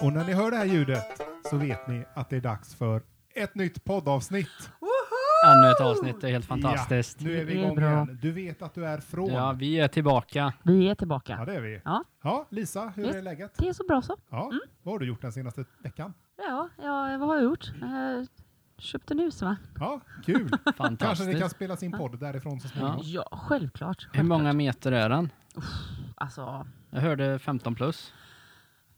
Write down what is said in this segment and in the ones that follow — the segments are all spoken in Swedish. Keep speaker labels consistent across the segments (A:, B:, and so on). A: Och när ni hör det här ljudet så vet ni att det är dags för ett nytt poddavsnitt.
B: Ännu ett avsnitt, det är helt fantastiskt.
A: Ja, nu är vi
C: Det är
A: igång
C: bra.
A: igen. Du vet att du är från.
B: Ja,
A: Ja,
B: vi är tillbaka.
C: Vi är tillbaka.
A: det är vi.
C: Ja.
A: Ja, Lisa, hur
C: Just.
A: är läget?
C: Det är så bra så.
A: Ja, vad har du gjort den senaste veckan?
C: Ja, ja vad har jag gjort? Eh, köpt en husvagn.
A: Ja, kul. Kanske ni kan
B: Fantastiskt.
A: spela sin podd därifrån så
C: Ja,
A: småningom.
C: självklart.
B: Hur
C: självklart.
B: många meter är den?
C: Alltså,
B: Jag hörde 15 plus.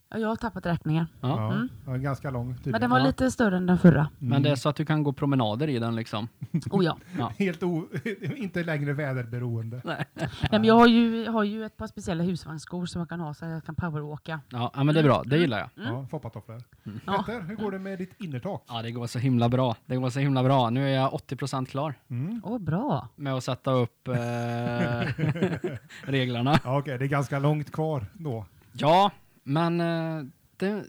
C: ja, jag har tappat räkningen.
B: Ja.
A: Ja,
C: Mm.
A: ja, en ganska lång tydligen.
C: Men den var
B: Ja.
C: lite större än den förra.
B: Men
A: Mm.
B: det är så att du kan gå promenader i den liksom.
C: Oh, ja.
A: Helt o... inte längre väderberoende.
C: Nej, men jag har ju, har ju ett par speciella husvagnsskor som jag kan ha så jag kan powerwalka.
B: Ja, ja men det är bra. Det gillar jag.
A: Ja, foppatofflor.
C: Ja.
A: Petter, hur går det med ditt innertak?
B: Ja, det går så himla bra. Det går så himla bra. Nu är jag 80% klar
A: Mm.
C: Åh, bra.
B: med att sätta upp eh, reglerna.
A: Ja, okej, det är ganska långt kvar då.
B: Ja, men eh, det,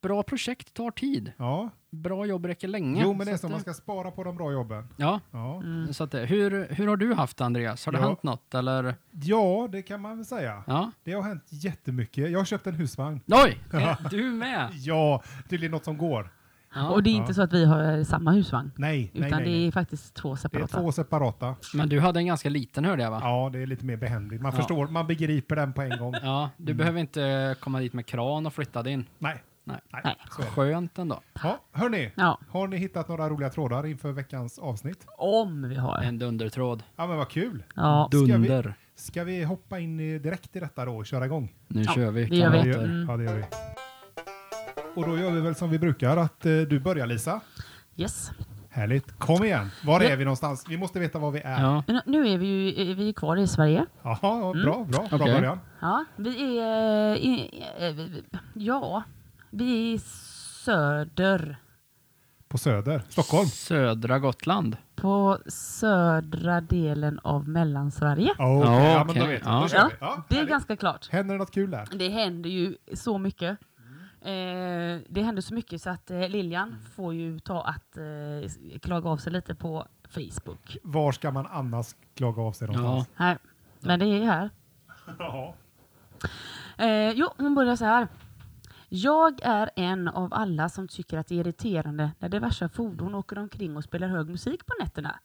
B: bra projekt tar tid.
A: Ja,
B: Bra jobb räcker länge.
A: jo men det är
B: att
A: så, man ska spara på de bra jobben.
B: Ja,
A: Ja.
B: så att det, hur, hur har du haft det, Andreas? Har det
A: Ja.
B: hänt något eller?
A: Ja, det kan man väl säga.
B: Ja.
A: Det har hänt jättemycket. Jag har köpt en husvagn.
B: Oj, är du med?
A: Ja, tydligen något som går.
B: Ja.
C: Och det är
A: Ja.
C: inte så att vi har eh, samma husvagn.
A: Nej,
C: Utan
A: nej, nej.
C: det
A: nej.
C: är faktiskt två
A: Det är
C: separata.
A: två separata.
B: Men du hade en ganska liten hörde jag va?
A: Ja, det är lite mer behändigt. Man
B: Ja.
A: förstår, man begriper den på en gång.
B: Ja, du
A: Mm.
B: behöver inte komma dit med kran och flytta din.
A: Nej.
B: Nej.
C: Nej.
A: så är det.
B: Skönt ändå.
A: Ja, hörni,
C: Ja.
A: har ni hittat några roliga trådar inför veckans avsnitt?
C: Om vi har.
B: En dundertråd.
A: Ja, men vad kul.
C: Ja.
A: vi-
B: Dunder.
A: Ska vi hoppa in eh, direkt i detta då och köra igång?
B: Nu
C: Ja,
B: kör vi.
C: det gör vi.
A: Ja, det gör,
B: kamrater.
C: Mm.
A: ja, det gör vi. Och då gör vi väl som vi brukar, att eh, du börjar Lisa.
C: Yes.
A: Härligt. Kom igen. Var
C: Ja.
A: är vi någonstans? Vi måste veta var vi är.
B: Ja.
C: Men Nu är vi ju vi är kvar i Sverige.
A: Jaha, bra, bra. Bra
B: Mm. Okej.
A: början.
C: Ja, vi är... eh, i- eh, vi- Ja, vi är i söder.
A: På Söder, Stockholm.
B: Södra Gotland.
C: På södra delen av Mellansverige.
A: Oh,
B: Ja,
A: Ja, men då
B: okej.
A: vet vi.
B: Ja.
A: Då kör
C: Ja,
A: vi. Ja,
C: det är
A: härligt.
C: ganska klart.
A: Händer det något kul där?
C: Det händer ju så mycket. Eh, det händer så mycket så att eh,
A: Mm.
C: Liljan får ju ta att eh, klaga av sig lite på Facebook.
A: Var ska man annars klaga av sig
B: Ja.
A: någonstans?
C: Här. Men det är här.
A: Ja.
C: Eh, jo, hon börjar så här. Jag är en av alla som tycker att det är irriterande när diverse fordon åker omkring och spelar hög musik på nätterna.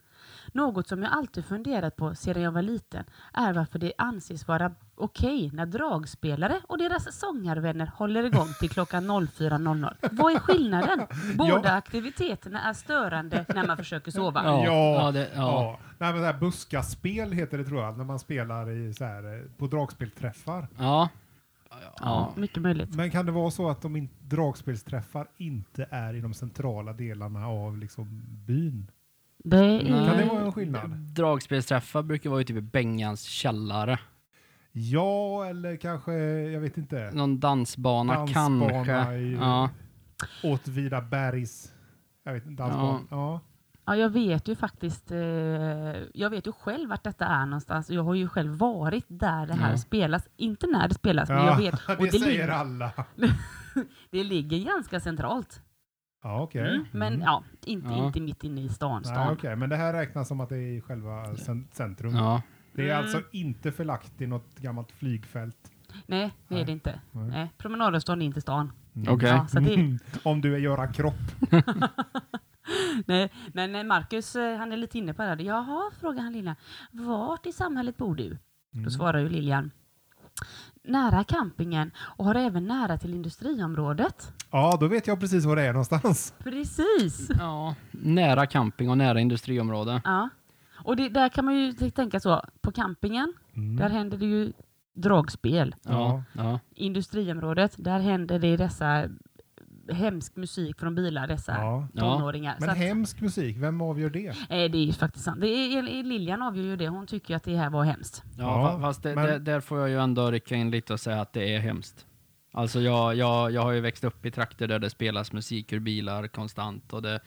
C: Något som jag alltid funderat på sedan jag var liten är varför det anses vara okej när dragspelare och deras sångarvänner håller igång till klockan 04.00. Vad är skillnaden? Båda
A: Ja.
C: aktiviteterna är störande när man försöker sova.
B: Ja.
A: Ja,
B: det- ja.
A: Nej, men det här buskaspel heter det tror jag, när man spelar i, så här, eh, på dragspelträffar.
B: Ja.
C: Ja, mycket möjligt.
A: Men kan det vara så att de in, dragspelsträffar inte är i de centrala delarna av liksom, byn?
C: Det
B: Nej.
C: är...
A: Kan det vara en skillnad?
B: Mm. Dragspelsträffar brukar vara ju typ i Bengans källare.
A: Ja, eller kanske, jag vet inte,
B: Någon dansbana,
A: Dansbana
B: kanske.
A: i-
B: Ja.
A: Åtvidabergs... Jag vet inte, dansband. Ja.
C: Ja, jag vet ju faktiskt. Eh, jag vet ju själv vart detta är någonstans. och Jag har ju själv varit där det här
B: Ja.
C: spelas. Inte när det spelas,
A: Ja,
C: men jag vet.
A: det,
C: Och det,
A: säger
C: ligger,
A: alla.
C: det ligger ganska centralt.
A: Ja, okej.
C: Mm. Men
A: Mm.
C: ja, inte,
B: Ja.
C: inte mitt inne i stan.
A: Nej,
C: stan.
A: okej, Men det här räknas som att det är i själva eh, cen- centrum.
B: ja.
A: Det är
C: Mm.
A: alltså inte förlagt i något gammalt flygfält.
C: Nej, det
A: Nej.
C: är det inte.
A: Nej.
C: Nej. Promenadavstånd är inte stan.
A: Mm.
B: Okej.
C: Ja, så att det,
A: Om du är Göran Kropp.
C: nej. Men eh, Marcus, eh, han är lite inne på det här. Jaha, frågar han Liljan. Vart i samhället bor du?
A: Mm.
C: Då svarar ju Liljan. Nära campingen och har även nära till industriområdet.
A: Ja, då vet jag precis var det är någonstans.
C: Precis!
B: ja. Nära camping och nära industriområde.
C: Ja. Och det, där kan man ju t- tänka så, på campingen,
A: Mm.
C: där händer det ju dragspel.
B: Ja. ja.
C: Industriområdet, där händer det dessa eh, hemsk musik från bilar, dessa
A: Ja.
B: Ja.
C: tonåringar.
A: Men
C: så att,
A: hemsk musik, vem avgör det?
C: eh, det är ju faktiskt sant. Det är, El- Liljan avgör ju det, hon tycker ju att det här var hemskt.
B: Ja,
A: Ja,
B: fa- fast det,
A: men-
B: det, där får jag ju ändå rycka in lite och säga att det är hemskt. Alltså jag, jag, jag har ju växt upp i trakter där det spelas musik ur bilar konstant och det,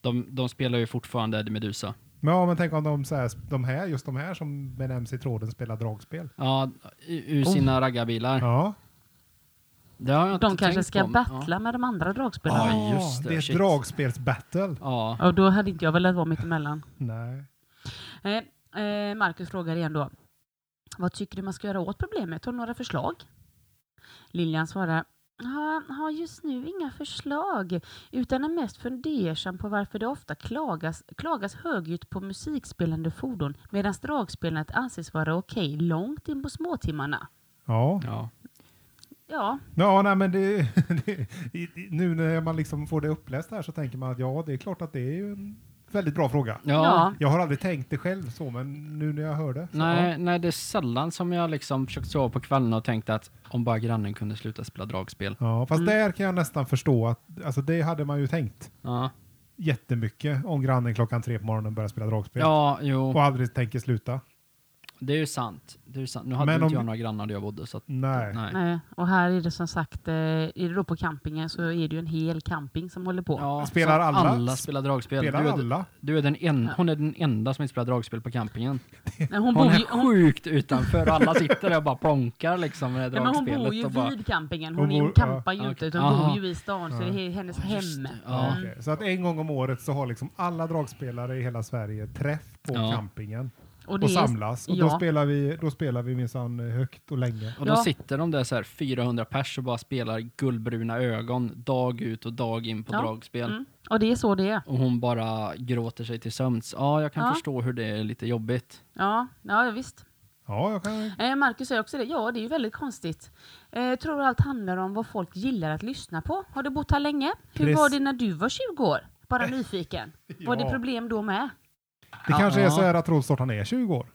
B: de, de spelar ju fortfarande Eddie Meduza.
A: Men, ja, men tänk om de, så här, de här, just de här som benämns i tråden spelar dragspel.
B: Ja, i- ur sina raggarbilar.
A: Oh. Ja,
B: Det har jag inte
C: De kanske
B: tänkt
C: ska
B: på, men- ja.
C: battla med de andra dragspelarna.
B: Ja,
A: Ah,
B: just det,
A: det är
B: shit.
A: ett dragspelsbattle.
B: Ja,
C: Och då hade inte jag velat vara mitt emellan.
A: Nej.
C: Eh, eh, Marcus frågar igen då. Vad tycker du man ska göra åt problemet? Har du några förslag? Liljan svarar. Han har just nu inga förslag, utan är mest fundersam på varför det ofta klagas, klagas högljutt på musikspelande fordon, medan dragspelandet anses vara okej långt in på småtimmarna.
A: Ja.
B: Ja.
C: Ja,
A: Ja, nej, men det, det, i- nu när man liksom får det uppläst här så tänker man att ja, det är klart att det är ju en väldigt bra fråga.
B: ja.
C: Ja.
A: Jag har aldrig tänkt det själv så, men nu när jag hör det. Så,
B: Nej, nej, det är sällan som jag liksom försökt sova på kvällen och tänkt att om bara grannen kunde sluta spela dragspel.
A: Ja, Ja, fast
C: Mm.
A: där kan jag nästan förstå att alltså, det hade man ju tänkt
B: Ja,
A: jättemycket om grannen klockan tre på morgonen börjar spela dragspel
B: ja jo,
A: och aldrig tänker sluta.
B: det är ju sant. Det är ju sant. Nu hade
A: Men
B: inte
A: om-
B: jag några grannar där jag bodde, så att,
A: Nej.
B: nej.
C: nej. eh, och här är det som sagt, eh, är det då på campingen så är det ju en hel camping som håller på.
B: Ja,
A: Spelar
B: så
A: alla?
B: Alla spelar dragspel.
A: Spelar
B: du, är,
A: alla?
B: Du är den en, hon är den enda som inte spelar dragspel på campingen.
C: Nej, Hon
B: Hon
C: bor
B: är
C: ju, hon,
B: sjukt utanför och alla sitter där och bara plonkar liksom med
C: nej, men hon
B: dragspelet.
C: bor ju
B: och bara,
C: vid campingen,
A: Hon
C: hon,
A: bor-
C: hon campar ju
B: ja,
C: inte,
B: okej.
C: utan hon
B: Aha.
C: bor ju i stan, så det är he- hennes hem.
B: det, ja.
C: Mm.
A: Okej, Så att en gång om året så har liksom alla dragspelare i hela Sverige träff på
B: Ja.
A: campingen
C: Och det
A: och
C: är-
A: samlas. Och då
C: ja.
A: spelar vi, då spelar vi minsann högt och länge.
B: Och då
C: Ja.
B: sitter de där så här 400 pers och bara spelar guldbruna ögon dag ut och dag in på
C: Ja.
B: dragspel.
C: Mm. Och det är så det är.
B: Och hon bara gråter sig till sömns. Ja, jag kan
C: Ja.
B: förstå hur det är lite jobbigt.
C: Ja, ja visst.
A: Ja, jag kan...
C: Eh, Marcus säger också det. Ja, det är ju väldigt konstigt. Eh, tror allt handlar om vad folk gillar att lyssna på. Har du bott här länge? Hur
A: Precis.
C: var det när du var 20 år? Bara nyfiken. Var det
A: Ja.
C: problem då med?
A: Det kanske är
B: Ja.
A: så här att Rolfstortan är 20 år.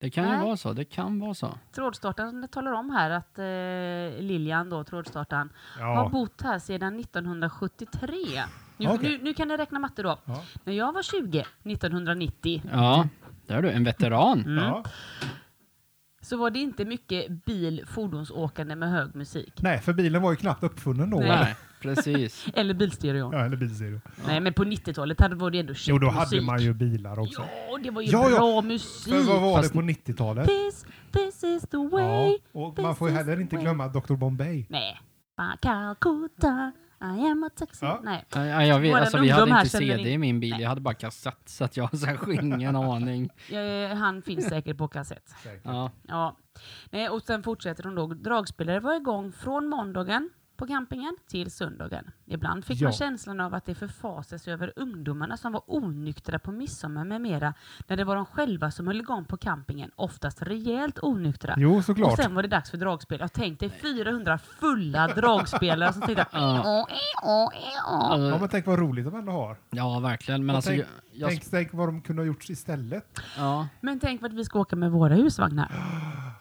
B: Det kan ju
C: Nej.
B: vara så. Det kan vara så.
C: Trådstartaren talar om här att eh, Lilian då, trådstartaren, har
A: Ja.
C: bott här sedan 1973. Nu,
A: Okej.
C: nu, nu kan ni räkna matte då.
A: Ja.
C: När jag var 20, 1990,
B: Ja, där är du. En veteran.
C: Mm.
A: Ja.
C: så var det inte mycket bil, fordonsåkande med hög musik.
A: Nej, för bilen var ju knappt uppfunnen då.
C: Nej.
A: eller?
B: Nej, precis.
C: Eller bilstereo.
A: Ja, eller bilserie.
C: Nej, men på 90-talet hade var det ändå
A: Jo, då
C: shit
A: hade
C: musik.
A: man ju bilar också.
C: Ja, det var ju
A: Ja, ja.
C: bra musik.
A: För vad var det
B: Fast-
A: på 90-talet?
C: This, this is the way.
A: Ja. Och man får ju
C: this
A: heller
C: is
A: inte
C: the
A: glömma Dr. Bombay.
C: Nej. Bara Calcutta, I am a taxi.
A: Ja.
C: Nej.
B: Ja, ja, jag vet,
C: Våra
B: alltså, vi
C: ungdom
B: hade
C: här
B: inte
C: känner
B: CD i min bil. Jag hade bara kassett, så att jag har så här ingen aning.
C: Eh, han finns säkert på kassett.
B: Ja.
C: Ja. Nej, och sen fortsätter hon då. Dragspelare var igång från måndagen på campingen till söndagen. Ibland fick man
A: Ja.
C: känslan av att det förfasades över ungdomarna som var onyktra på midsommar med mera, när det var de själva som höll igång på campingen, oftast rejält onyktra.
A: Jo, såklart.
C: Och sen var det dags för dragspel. Jag tänkte 400 fulla dragspelare som tänkte åh, eh, åh, eh, åh.
A: Ja,
B: Alltså,
A: men tänk vad roligt de ändå har.
B: ja, verkligen. Men
A: Och
B: alltså,
A: tänk,
B: jag, jag,
A: tänk, tänk vad de kunde ha gjort istället.
B: ja.
C: Men tänk vart vi ska åka med våra husvagnar.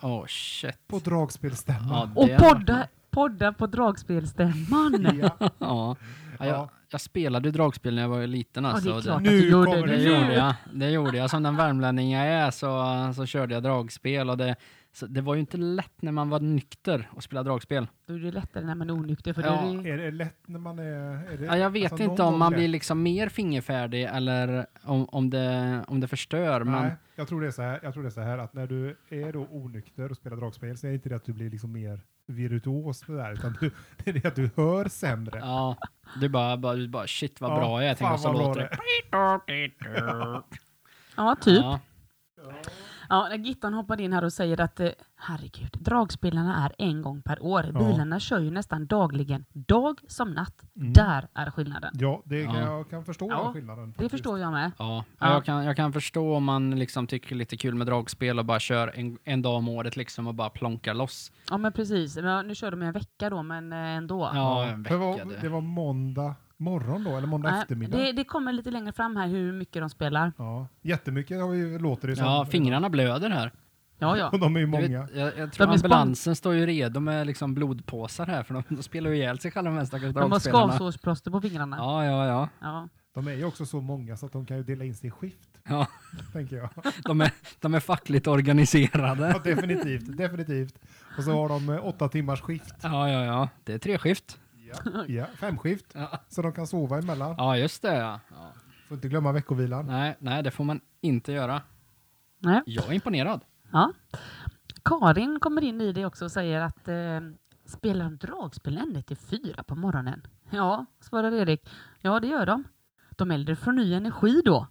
B: Oh shit.
A: På dragspelstämman.
B: Ja,
C: Och
B: det-
C: podda, podda på dragspelstämman.
A: Ja.
B: Ja. Ja,
A: Ja.
B: jag, jag spelade ju dragspel när jag var liten
C: Ja, det
B: alltså.
C: är klart
A: Nu
C: att du gjorde
A: kommer
B: det,
A: det.
C: det.
B: gjorde jag. Det gjorde jag. Som den värmlänning jag är så, så körde jag dragspel och det, så det var ju inte lätt när man var nykter att spela dragspel.
C: Då är det lättare när man är onykter. För
B: Ja.
C: då är det...
A: Är det lätt när man är... är det,
B: Ja, jag vet
A: alltså,
B: inte
A: någon
B: om man
A: gång
B: blir
A: lätt?
B: liksom mer fingerfärdig eller om, om, det, om det förstör. Men
A: Nej, jag tror, det är så här, jag tror det är så här att när du är då onykter och spelar dragspel så är det inte det att du blir liksom mer virtuos med det här, utan du, det är det att du hör sämre.
B: ja, du bara, bara, du bara shit vad
A: Ja,
B: bra jag är. Tänk
A: fan
B: och så
A: vad bra
B: låter
A: det
B: det.
C: ja, typ.
B: Ja,
C: Ja, när Gittan hoppar in här och säger att eh, herregud, dragspelarna är en gång per år. Bilarna kör ju nästan dagligen, dag som natt. Där är skillnaden.
A: Ja, det kan,
B: Ja.
A: jag kan förstå
C: Ja,
A: skillnaden. faktiskt.
C: Det förstår jag med.
B: ja.
C: Ja.
B: ja. Jag, kan, jag kan förstå om man liksom tycker lite kul med dragspel och bara kör en, en dag om året liksom och bara plonkar loss.
C: Ja, men precis. Men Nu kör de ju en vecka då, men eh, ändå.
B: Ja, en
A: För vad-
B: vecka
A: det
B: du.
A: var måndag morgon då, eller måndag
C: Nej,
A: eftermiddag.
C: Det, det kommer lite längre fram här hur mycket de spelar.
A: Ja, jättemycket har vi, låter det som.
B: Ja, fingrarna blöder här.
C: Ja, ja.
A: Och de är ju
B: Du
A: många.
B: Vet, jag, jag tror
C: De är span-
B: ambulansen står ju redo med liksom blodpåsar här, för de, de spelar ju ihjäl sig själva de här stackars
C: De har
B: dragspelarna.
C: skavsårsplåster på fingrarna. Ja.
B: Ja, ja, ja.
A: De är ju också så många så att de kan ju dela in sig i skift,
B: ja.
A: tänker jag.
B: De, är, de är fackligt organiserade.
A: Ja, definitivt, definitivt. Och så har de eh, åtta timmars skift,
B: Ja, ja, ja. Det är treskift.
A: ja, fem skift,
B: Ja.
A: så de kan sova emellan.
B: ja, just det. Ja. Ja.
A: Får inte glömma veckovilan.
B: Nej, nej, det får man inte göra.
C: Nej.
B: Jag är imponerad.
C: Ja. Karin kommer in i det också och säger att eh, spelar de dragspel ända till fyra på morgonen? Ja, svarar Erik. Ja, det gör de. De äldre får ny energi då.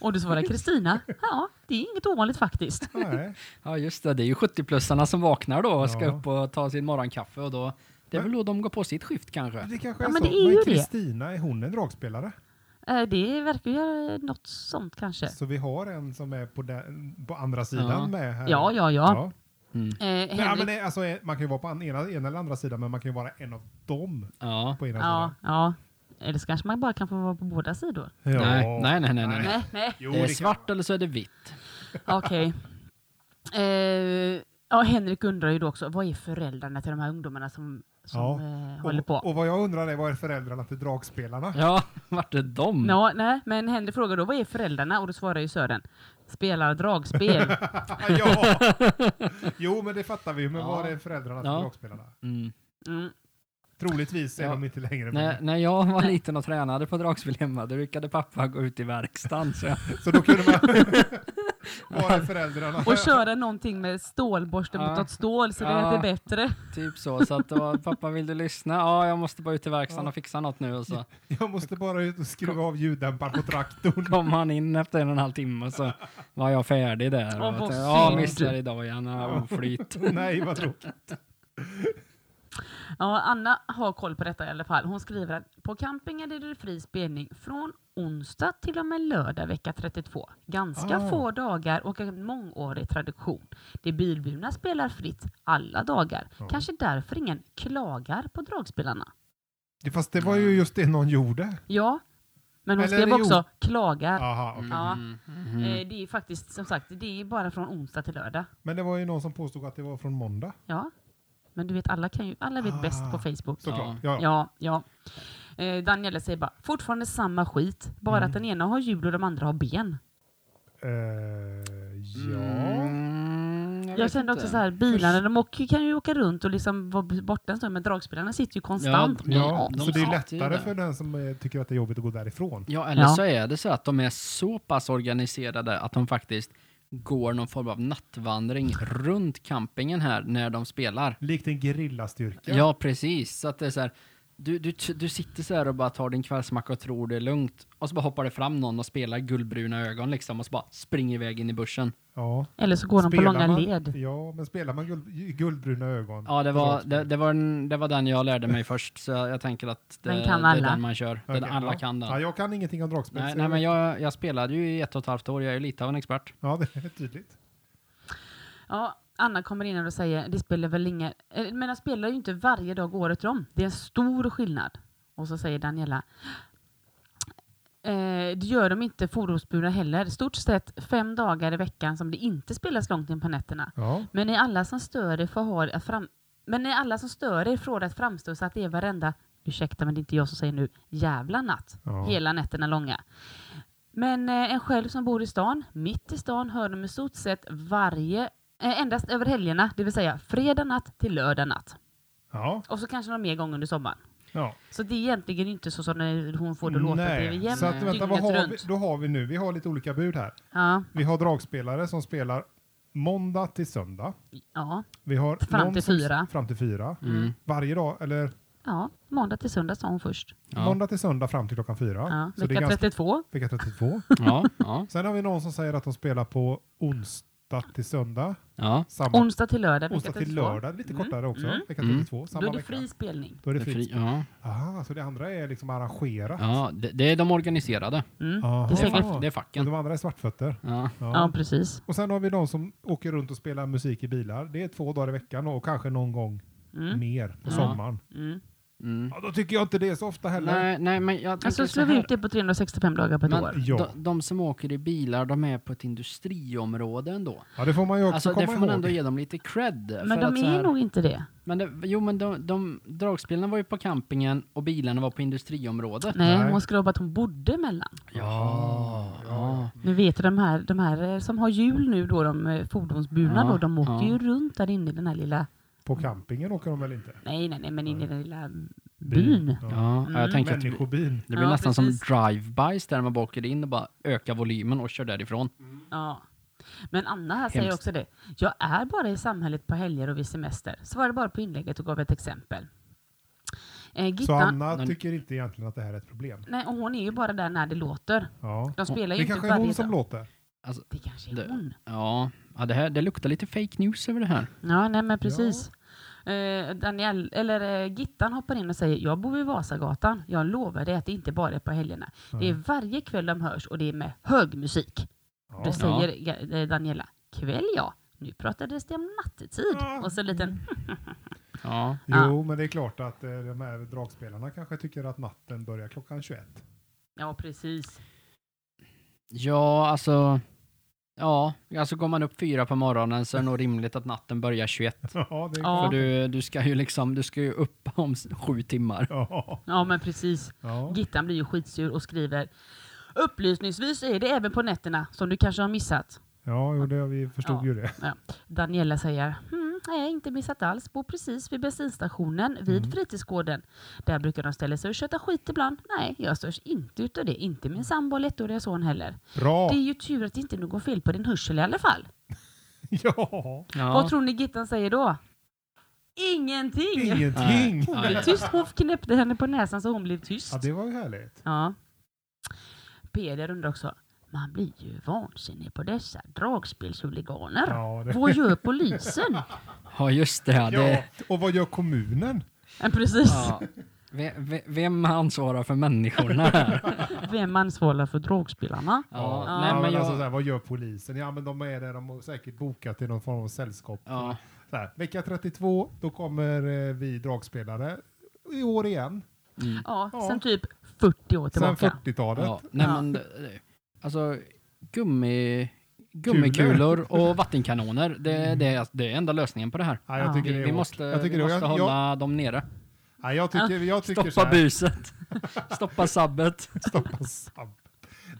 C: Och du svarar Kristina. Ja, det är inget ovanligt faktiskt.
A: Nej.
B: Ja, just det. Det är ju 70-plussarna som vaknar då och ska
A: Ja.
B: upp och ta sin morgonkaffe och då Det är väl då de går på sitt skift kanske?
A: Det kanske
C: Ja,
A: är
C: men
A: så.
C: det är ju det.
A: Kristina, är hon en dragspelare?
C: Eh, Det verkar ju göra något sånt kanske.
A: Så vi har en som är på, den, på andra sidan
B: Ja.
A: med här.
C: Ja, ja, ja.
A: Ja.
B: Mm.
C: Eh, Henrik,
A: Nej, men det, alltså, eh, man kan ju vara på an- ena, ena eller andra sidan, men man kan ju vara en av dem
B: Ja.
A: på ena
C: ja, ja. Eller så kanske man bara kan få vara på båda sidor.
A: sidan. Ja.
B: Nej, nej, nej, nej, nej.
A: Nej.
C: Nej, nej.
A: Jo,
B: det är
A: kan
B: Eh, svart eller så är det vitt.
C: Okej. Eh, ja, Henrik undrar ju då också, vad är föräldrarna till de här ungdomarna som, som
A: Ja.
C: eh,
A: man.
C: håller på?
A: Och, och vad jag undrar är, vad är föräldrarna till dragspelarna?
B: Ja, vart är de?
C: Ja, nej, men Henrik frågar då, vad är föräldrarna? Och då svarar ju Sören, spelar dragspel.
A: ja! Jo, men det fattar vi ju, men
B: Ja.
A: vad är föräldrarna till
B: Ja.
A: dragspelarna?
B: Mm.
C: Mm.
A: Troligtvis är
B: Ja.
A: de inte längre
B: När,
A: med.
B: när jag var liten och tränade på dragspel hemma, då brukade pappa gå ut i verkstaden. Så jag,
A: Så då kunde man... Var är föräldrarna?
C: Och köra någonting med stålborste
B: Ja.
C: mot något stål så det
B: Ja.
C: är bättre.
B: typ så, så att det var, pappa vill du lyssna? Ja, jag måste bara ut i verkstaden och fixa något nu. Och så
A: Jag måste bara ut och skruva av ljuddämparen på traktorn.
B: kom han in efter en och en halv timme och så var jag färdig där.
C: Åh,
B: Och
C: vad
B: tänkte, ja,
C: synd.
B: missar idag igen. Ja, oflyt.
A: Nej, vad tråkigt.
C: Ja, Anna har koll på detta i alla fall. Hon skriver att på campingen är det fri spelning från onsdag till och med lördag vecka 32. Ganska
A: Ah.
C: få dagar och en mångårig tradition. De bilburna spelar fritt alla dagar.
A: Ja.
C: Kanske därför ingen klagar på dragspelarna.
A: Det- Fast det var ju just det någon gjorde.
C: Ja, men hon
A: Eller
C: skrev
A: jo.
C: också klagar.
A: Aha, okej.
C: Ja.
B: Mm, mm.
C: Eh, Det är faktiskt som sagt, det är bara från onsdag till lördag.
A: Men det var ju någon som påstod att det var från måndag.
C: Ja, men du vet, alla, kan ju, alla vet bäst på
A: Ah.
C: Facebook.
A: Såklart. Ja. Ja.
C: Ja, ja. Eh, Daniela säger bara, fortfarande samma skit, bara att den ena har hjul och de andra har ben.
A: Eh, ja.
B: Mm,
C: Jag,
B: vet
C: kände
B: inte.
C: också så här, bilarna, de åker, kan ju åka runt och liksom vara borta en stund, men dragspelarna sitter ju konstant.
B: Ja,
A: ja.
B: de
A: Så det är
B: sa ju
A: lättare
B: det.
A: för den som eh, tycker att det är jobbigt att gå därifrån.
B: Ja, eller
C: Ja.
B: så är det så att de är så pass organiserade att de faktiskt går någon form av nattvandring runt campingen här när de spelar.
A: Likt en gerillastyrka.
B: Ja, precis. Så att det är så här, du, du, du sitter så här och bara tar din kvällsmacka och tror det är lugnt. Och så bara hoppar det fram någon och spelar guldbruna ögon liksom och så bara springer iväg in i bussen.
A: Ja.
C: Eller så går de på långa
A: man,
C: led.
A: Ja, men spelar man guld, guldbruna ögon?
B: Ja, det var,
A: Dragspel.
B: det, det, var, den- det var den jag lärde mig först. Så jag jag tänker att det,
C: Den kan
B: det är
C: alla.
B: den man kör. Den
A: Okej,
B: alla
A: ja.
B: kan den.
A: Ja, jag kan ingenting om dragspel.
B: nej,
A: så
B: nej,
A: jag-
B: men jag, jag spelade ju i ett och ett halvt år. Jag är ju lite av en expert.
A: Ja, det är tydligt.
C: Ja, Anna kommer in och säger, det spelar väl ingen... eh, Men de spelar ju inte varje dag året om. Det är en stor skillnad. Och så säger Daniela, eh, det gör de inte fordonsburna heller. Stort sett fem dagar i veckan som det inte spelas långt in på nätterna.
A: Ja.
C: Men ni alla som stör er får ha att fram... Men ni alla som stör er får det att framstå så att det är varenda, ursäkta men det är inte jag som säger nu, jävla natt.
A: Ja.
C: Hela nätterna långa. Men eh, en själv som bor i stan, mitt i stan, hör de i stort sett varje, eh, endast över helgerna, det vill säga fredag natt till lördag natt.
A: Ja.
C: Och så kanske någon mer gång under sommaren.
A: ja.
C: Så det är egentligen inte så som när hon får det att låta. Det är jämnt
A: Så att, vänta, vad
C: dygnet
A: har vi,
C: runt.
A: då har vi nu, vi har lite olika bud här.
C: Ja,
A: Vi har dragspelare som spelar måndag till söndag.
C: ja,
A: Vi har
C: Fram
A: någon
C: till
A: som-
C: fyra.
A: Fram till fyra.
B: Mm.
A: Varje dag, eller
C: ja, måndag till söndag sa hon först.
B: Ja.
A: måndag till söndag fram till klockan fyra.
C: Ja,
A: Så det
C: vecka
A: är ganska,
C: 32.
A: vecka 32.
B: Ja, ja,
A: Sen har vi någon som säger att de spelar på onsdag till söndag.
B: ja.
A: Samma,
C: Onsdag till lördag, vecka
A: onsdag till
C: 32.
A: lördag, lite
B: Mm.
A: kortare också.
B: Mm.
A: Vecka
B: Mm.
A: 32, samma
C: Då är det
A: vecka.
C: fri spelning.
A: Då är det
B: Det är fri-
A: fri.
B: ja.
A: Aha, så det andra är liksom arrangerat.
B: Ja, det, det är de organiserade.
C: Mm.
A: Aha.
C: Det är
B: Det är,
C: säkert.
B: fack, det är facken.
A: Och de andra är svartfötter.
B: Ja.
C: Ja, precis.
A: Och sen har vi de som åker runt och spelar musik i bilar. Det är två dagar i veckan och kanske någon gång
C: Mm.
A: mer på
B: Ja.
A: sommaren.
C: Mm.
B: Mm.
A: Ja, då tycker jag inte det är så ofta heller.
B: Nej, nej, men jag tänker
C: Alltså
B: så
C: slår vi
B: här.
C: ut det på 365 dagar på ett
B: Men
C: år.
A: Ja.
B: de, de som åker i bilar, de är på ett industriområde ändå.
A: Ja, det får man ju också
B: Alltså,
A: komma
B: det får man
A: ihåg.
B: ändå ge dem lite cred. för
C: Men
B: att
C: de
B: så
C: är
B: här,
C: nog inte det.
B: men det, jo, men de, de, dragspelarna var ju på campingen och bilarna var på industriområdet.
C: Nej,
A: Nej.
C: hon skrev bara att hon bodde mellan.
B: Ja, ja.
C: Nu vet du de här, de här eh, som har hjul nu då, de eh, fordonsburna
B: Ja,
C: då, de åker
B: ja.
C: ju runt där inne i den här lilla,
A: På campingen åker de väl inte?
C: nej nej nej, men inne i den lilla
A: Bin.
C: byn.
A: Ja.
B: ja. ja jag tänker att det blir,
A: Människobin.
B: det blir
C: Ja,
B: nästan
C: precis.
B: som drive-bys där man bara åker in och bara ökar volymen och kör därifrån.
C: Ja. Men Anna här säger
B: Hemskt.
C: också det. Jag är bara i samhället på helger och vid semester. Svarade bara på inlägget och gav ett exempel. Eh,
A: Så
C: Gittan,
A: Anna
B: Men-
A: tycker inte egentligen att det här är ett problem.
C: nej, och hon är ju bara där när det låter.
A: Ja.
C: De spelar ju
A: Det
C: inte
A: kanske är
C: varje
A: hon som
C: dag.
A: låter.
B: Alltså,
C: Det kanske är
B: Det-
C: hon.
B: ja, ja det, här, det luktar lite fake news över det här.
C: Ja, nej men precis. Eh, Daniel, eller eh, Gittan hoppar in och säger jag bor vid Vasagatan. Jag lovar dig att det inte bara är på helgerna. Det är varje kväll de hörs och det är med hög musik.
A: Ja.
C: Då säger Ga- eh, Daniela, kväll ja. Nu pratades det om nattetid.
A: Ja. Mm.
C: Och så en liten,
B: Ja.
A: Jo, men det är klart att eh, de här dragspelarna kanske tycker att natten börjar klockan 21.
C: ja precis.
B: Ja, alltså... Ja, alltså går man upp fyra på morgonen så är det nog rimligt att natten börjar 21.
A: ja, det är
C: Ja.
B: För du, du ska ju liksom, du ska ju upp om s- sju timmar.
A: Ja.
C: Ja men precis.
A: Ja.
C: Gittan blir ju skitsur och skriver Upplysningsvis är det även på nätterna som du kanske har missat.
A: ja, jo, det, vi förstod
C: Ja.
A: ju det.
C: Daniela säger hmm, Nej, inte missat alls. Bor precis vid bensinstationen vid
A: Mm.
C: fritidsgården. Där brukar de ställa sig och köta skit ibland. Nej, jag störs inte utav det. Inte min sambo och ettåriga son heller.
A: Bra!
C: Det är ju tur att det inte är något fel på din hörsel i alla fall.
A: Ja!
C: Vad
B: Ja.
C: tror ni Gittan säger då? Ingenting!
A: Ingenting!
B: Nej.
C: Hon blev tyst. Hon knäppte henne på näsan så hon blev tyst.
A: Ja, det var ju härligt.
C: Ja. Peder undrar också. Man blir ju vansinnig på dessa dragspelshuliganer.
A: Ja, det,
C: Vad gör polisen?
B: ja, just det. ja,
A: ja.
B: det
A: Och vad gör kommunen?
C: Men precis.
B: ja. Ve- ve- Vem ansvarar för människorna här?
C: Vem ansvarar för dragspelarna?
B: Ja,
A: Ja,
B: nej, men
A: men
B: jag,
A: alltså, så här, vad gör polisen? Ja, men de är där, de har säkert bokat i någon form av sällskap.
B: ja,
A: Så här, vecka 32, då kommer eh, vi dragspelare i år igen.
B: mm,
C: Ja,
A: Ja.
C: sen typ 40 år
A: Sen
C: tillbaka.
A: 40-talet.
B: ja. Nej,
C: Ja.
B: men, det- alltså, gummi, gummikulor och vattenkanoner, det, det, är- det är enda lösningen på det här.
A: Mm. Ja, jag
C: Ja.
A: tycker det
B: Vi,
A: är
B: vi
A: hårt.
B: måste,
A: jag tycker
B: vi
A: det,
B: måste
A: jag, jag,
B: hålla dem nere.
A: nej, jag tycker, jag tycker så
B: Stoppa
A: här.
B: buset, stoppa sabbet.
A: Stoppa sabb.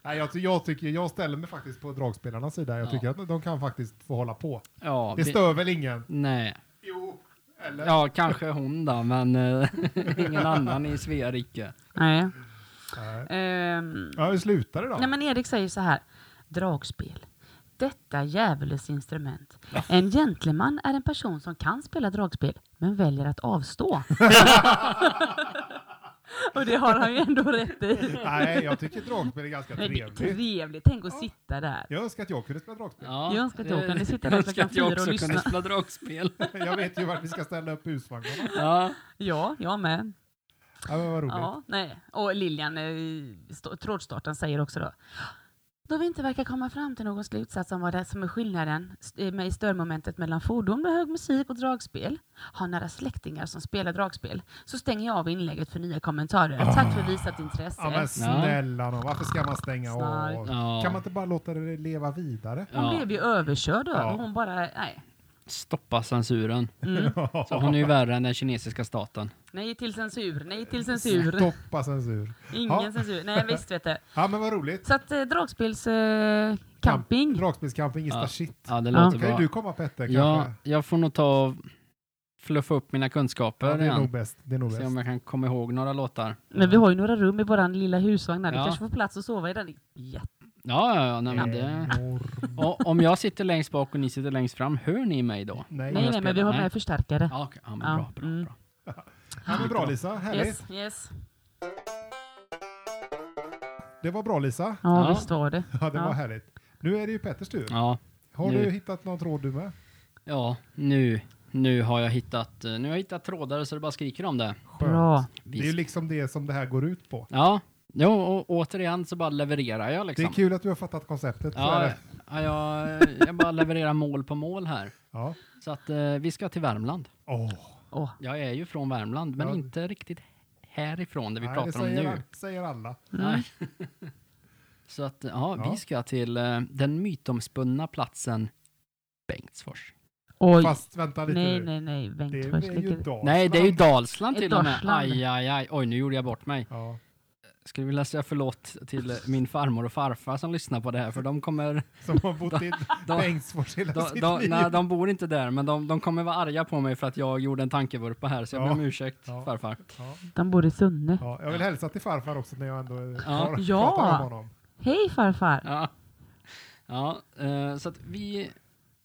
A: Nej, jag, ty- jag, tycker, jag ställer mig faktiskt på dragspelarnas sida. Jag
B: Ja.
A: tycker att de kan faktiskt få hålla på.
B: Ja,
A: Det
B: vi-
A: stör väl ingen?
B: Nej.
A: Jo, eller?
B: Ja, kanske hon då, men eh, ingen annan i Svea rike.
C: Nej.
A: Nej.
C: Ehm,
A: Ja, vi slutar idag.
C: Nej men Erik säger så här. Dragspel. Detta djävulens instrument. En gentleman är en person som kan spela dragspel, men väljer att avstå. Och det har han ju ändå rätt i.
A: Nej, jag tycker dragspel är ganska
C: Men det är
A: trevligt.
C: trevligt. Tänk att sitta där.
A: Jag önskar att jag kunde spela dragspel.
B: Ja,
C: Jag önskar att jag
B: eh,
C: kunde sitta där
B: jag önskar
C: klockan
B: att jag
C: fyra och
B: också kunde
C: lyssna.
B: spela dragspel.
A: Jag vet ju vart vi ska ställa upp husvagnarna.
B: Ja,
C: Ja, jag med.
A: Ja, men vad roligt.
C: Ja, nej. Och Lilian, eh, st- trådstarten, säger också då. Då vi inte verkar komma fram till någon slutsats om vad det är som är skillnaden st- eh, med- i störmomentet mellan fordon med hög musik och dragspel, har nära släktingar som spelar dragspel, så stänger jag av inlägget för nya kommentarer. Tack för visat intresse.
A: Ah. Ja, men snälla någon, varför ska man stänga
C: Snark.
A: av?
B: Ja.
A: Kan man inte bara låta det leva vidare?
C: Hon
B: ja.
C: blev ju överkörd då.
A: Ja.
C: Hon bara, nej.
B: Stoppa censuren.
C: Mm.
B: Så hon är ju värre än den kinesiska staten.
C: Nej till censur, nej till censur.
A: Stoppa censur.
C: Ingen
A: Ja.
C: censur. Nej visst vet du.
A: Ja, men vad roligt.
C: Så att eh, dragspels eh, camping.
A: Dragspelscamping is
B: Ja.
A: the shit.
B: Ja, det
C: Ja.
B: låter
A: Kan ju
B: bra.
A: du komma Petter
B: Ja,
A: kanske?
B: jag får nog ta och fluffa upp mina
A: Ja,
B: kunskaper
A: det är nog
B: igen.
A: bäst. Det är nog
B: Se om
A: bäst.
B: jag kan komma ihåg några låtar.
C: Men vi har ju några rum i våran lilla husvagn där. Du
B: Ja.
C: kanske får plats att sova i den. Jätte-
B: Ja, ja, ja, nej, men det...
A: Enorm.
B: Och, om jag sitter längst bak och ni sitter längst fram, hör ni mig då?
A: Nej.
C: Nej,
B: jag
C: nej, men vi
B: spelar.
C: har
B: Nej.
C: med förstärkare.
B: Ja, okej. ja
C: Ja,
B: men bra, bra,
C: mm.
B: bra.
A: Ja, men bra Lisa, härligt.
C: yes, yes.
A: Det var bra Lisa.
C: Ja,
B: Ja.
C: visst var det.
A: Ja, det
C: Ja.
A: var härligt. Nu är det ju Petters tur.
B: Ja,
A: Har
B: nu-
A: du hittat någon tråd du med?
B: ja, nu, nu har jag hittat, eh, nu har jag hittat trådar så det bara skriker om det.
A: Skönt.
C: Bra.
A: Det är ju
B: Vi,
A: liksom det som det här går ut på.
B: ja, jo, och återigen så bara levererar jag
A: Det
B: liksom.
A: är kul att du har fattat konceptet. så är
B: Ja,
A: det.
B: ja, jag, jag bara levererar mål på mål här.
A: ja.
B: Så att eh, vi ska till Värmland.
A: Åh.
C: Åh,
B: Jag är ju från Värmland, men
A: Ja.
B: inte riktigt härifrån det vi
A: Nej,
B: pratar om
A: säger,
B: nu.
A: all- säger alla.
B: Nej. Så att, ja,
A: Ja.
B: vi ska till eh, den mytomspunna platsen Bengtsfors.
C: Oj.
A: Fast vänta lite
C: Nej,
A: nu.
C: nej, nej.
A: Det
C: Bengt
A: är, det är ju
C: Hörslick.
A: Dalsland.
B: Nej, det är ju Dalsland
C: Det är
B: till och med.
C: Dalsland.
B: Aj, aj, aj. Oj, nu gjorde jag bort mig.
A: Ja,
B: Skulle vilja säga förlåt till eh, min farmor och farfar som lyssnar på det här, för de kommer...
A: som har bott i
B: de-
A: Bengtsfors hela
B: De,
A: sitt
B: de,
A: liv.
B: nej, de bor inte där, men de, de kommer vara arga på mig för att jag gjorde en tankevurpa här, så jag
A: Ja.
B: ber om ursäkt
A: Ja.
B: farfar.
A: Ja,
C: De bor i Sunne.
A: ja, jag vill hälsa till farfar också när jag ändå ja.
B: Ja.
A: pratar
C: Ja.
A: om honom.
C: Hej farfar!
B: Ja, ja eh, så att vi,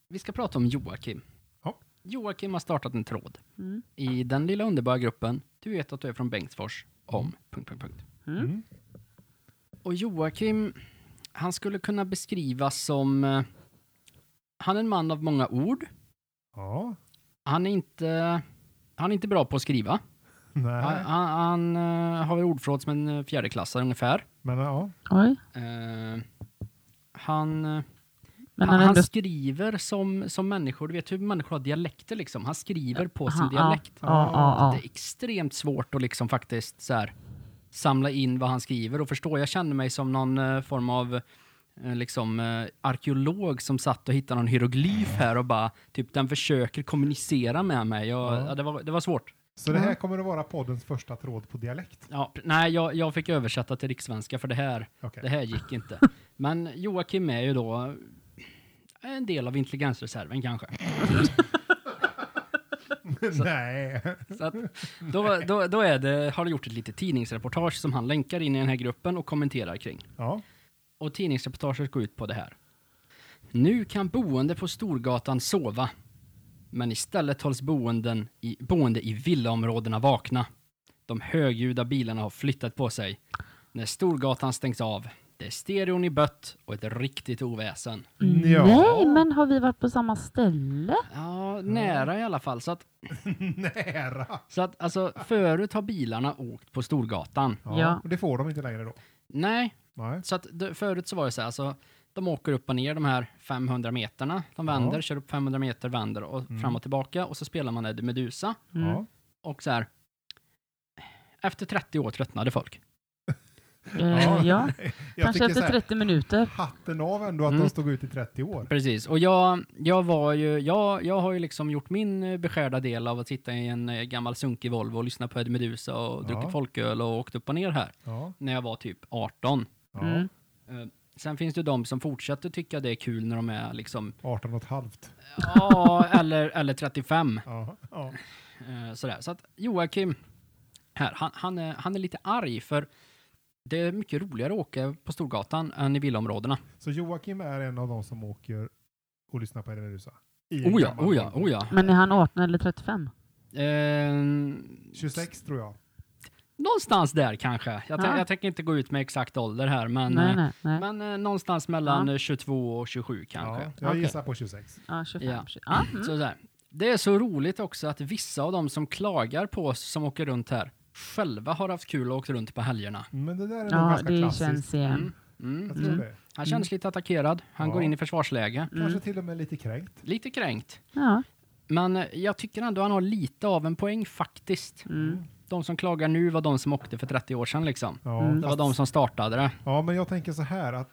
B: vi ska prata om Joakim.
A: Ja.
B: Joakim har startat en tråd
C: Mm.
B: i den lilla underbara gruppen Du vet att du är från Bengtsfors om... Punkt, punkt, punkt.
C: Mm.
A: Mm.
B: Och Joakim, han skulle kunna beskrivas som... eh, Han är en man av många ord.
A: Ja.
B: Han är inte... han är inte bra på att skriva. Han,
A: Nej,
B: han, han eh, har väl ordförråd som en eh, fjärdeklassare ungefär.
A: men ja.
C: Oj.
B: Eh, han, eh,
C: Men
B: han,
C: han, ändå...
B: han skriver som, som människor, du vet hur människor har dialekter liksom. Han skriver på sin
C: Han- ja.
B: dialekt.
C: Ja, ja,
B: Det är extremt svårt att liksom faktiskt så här, samla in vad han skriver och förstå. Jag känner mig som någon eh, form av eh, liksom, eh, arkeolog som satt och hittade någon hieroglyf här och bara, typ den försöker kommunicera med mig. Jag,
A: Ja.
B: ja. det, var, det var svårt.
A: Så det här kommer att vara poddens första tråd på dialekt.
B: Ja, p- nej, jag, jag fick översätta till rikssvenska för det här,
A: Okej.
B: det här gick inte. Men Joakim är ju då en del av intelligensreserven kanske.
A: Nej.
B: Så att, då, då, då är det, har det gjort ett litet tidningsreportage som han länkar in i den här gruppen och kommenterar kring.
A: Ja.
B: och tidningsreportaget går ut på det här. Nu kan boende på Storgatan sova, men istället hålls boenden i, boende i villaområdena vakna. De högljudda bilarna har flyttat på sig. När Storgatan stängs av, det är stereon i bött och ett riktigt oväsen.
A: Ja.
C: Mm. Nej, men har vi varit på samma ställe?
B: Ja, nära i alla fall. Så att,
A: Nära.
B: så att alltså, förut har bilarna åkt på Storgatan.
C: Ja.
A: Och det får de inte längre då.
B: Nej,
A: Nej.
B: Så att det, förut så var det så här, alltså, de åker upp och ner de här 500 meterna. De vänder,
A: Ja.
B: kör upp 500 meter, vänder och fram och tillbaka. Och så spelar man Eddie Medusa.
C: Mm.
A: Ja.
B: Och så här, efter 30 år tröttnade folk.
A: Ja.
C: Eh, ja.
A: Jag tycker
C: Kanske
A: så
C: efter
A: här,
C: 30 minuter.
A: hatten av ändå att
B: Mm.
A: de stod ut i 30 år.
B: Precis, och jag, jag var ju, jag, jag har ju liksom gjort min eh, beskärda del av att sitta i en eh, gammal sunkig Volvo och lyssna på Eddie Medusa och
A: Ja.
B: druckit folköl och åkt upp och ner här.
A: Ja.
B: När jag var typ 18.
A: ja.
C: Mm.
B: Eh, Sen finns det ju de som fortsätter tycka det är kul när de är liksom,
A: 18 och ett halvt.
B: ja, eller, eller 35.
A: Ja. Ja.
B: Eh, sådär. Så att Joakim, här, han, han, är, han är lite arg för det är mycket roligare att åka på Storgatan än i villaområdena.
A: Så Joakim är en av de som åker och lyssnar på Eddie Meduza. I en
B: Oh ja,
A: gammal
B: oh ja,
A: Volvo.
B: oh ja.
C: Men är han 18 eller 35?
B: Eh,
A: 26 tror jag.
B: någonstans där kanske. Jag, tän-
C: Ja.
B: jag tänker inte gå ut med exakt ålder här, men,
C: nej,
B: eh,
C: nej, nej.
B: men eh, någonstans mellan eh, 22 och 27 kanske.
A: Ja. Jag
C: Okej.
A: gissar på 26.
C: ja, 25.
B: Ja.
C: Ja, mm.
B: Så där. Det är så roligt också att vissa av de som klagar på oss som åker runt här själva har haft kul och åkt runt på helgerna.
A: Men det där är nog
C: ja
A: ganska
C: det
A: klassiskt.
C: känns igen.
B: Mm. Mm.
A: Jag tror
C: Mm.
A: det.
B: Han känns lite attackerad. Han
A: Ja.
B: går in i försvarsläge.
A: Kanske till och med lite kränkt.
B: Lite kränkt.
C: Ja.
B: Men eh, jag tycker ändå han har lite av en poäng faktiskt.
C: Mm.
B: De som klagar nu var de som åkte för 30 år sedan liksom.
A: Ja,
C: Mm.
B: Det var
A: fast-
B: de som startade det.
A: ja, men jag tänker så här att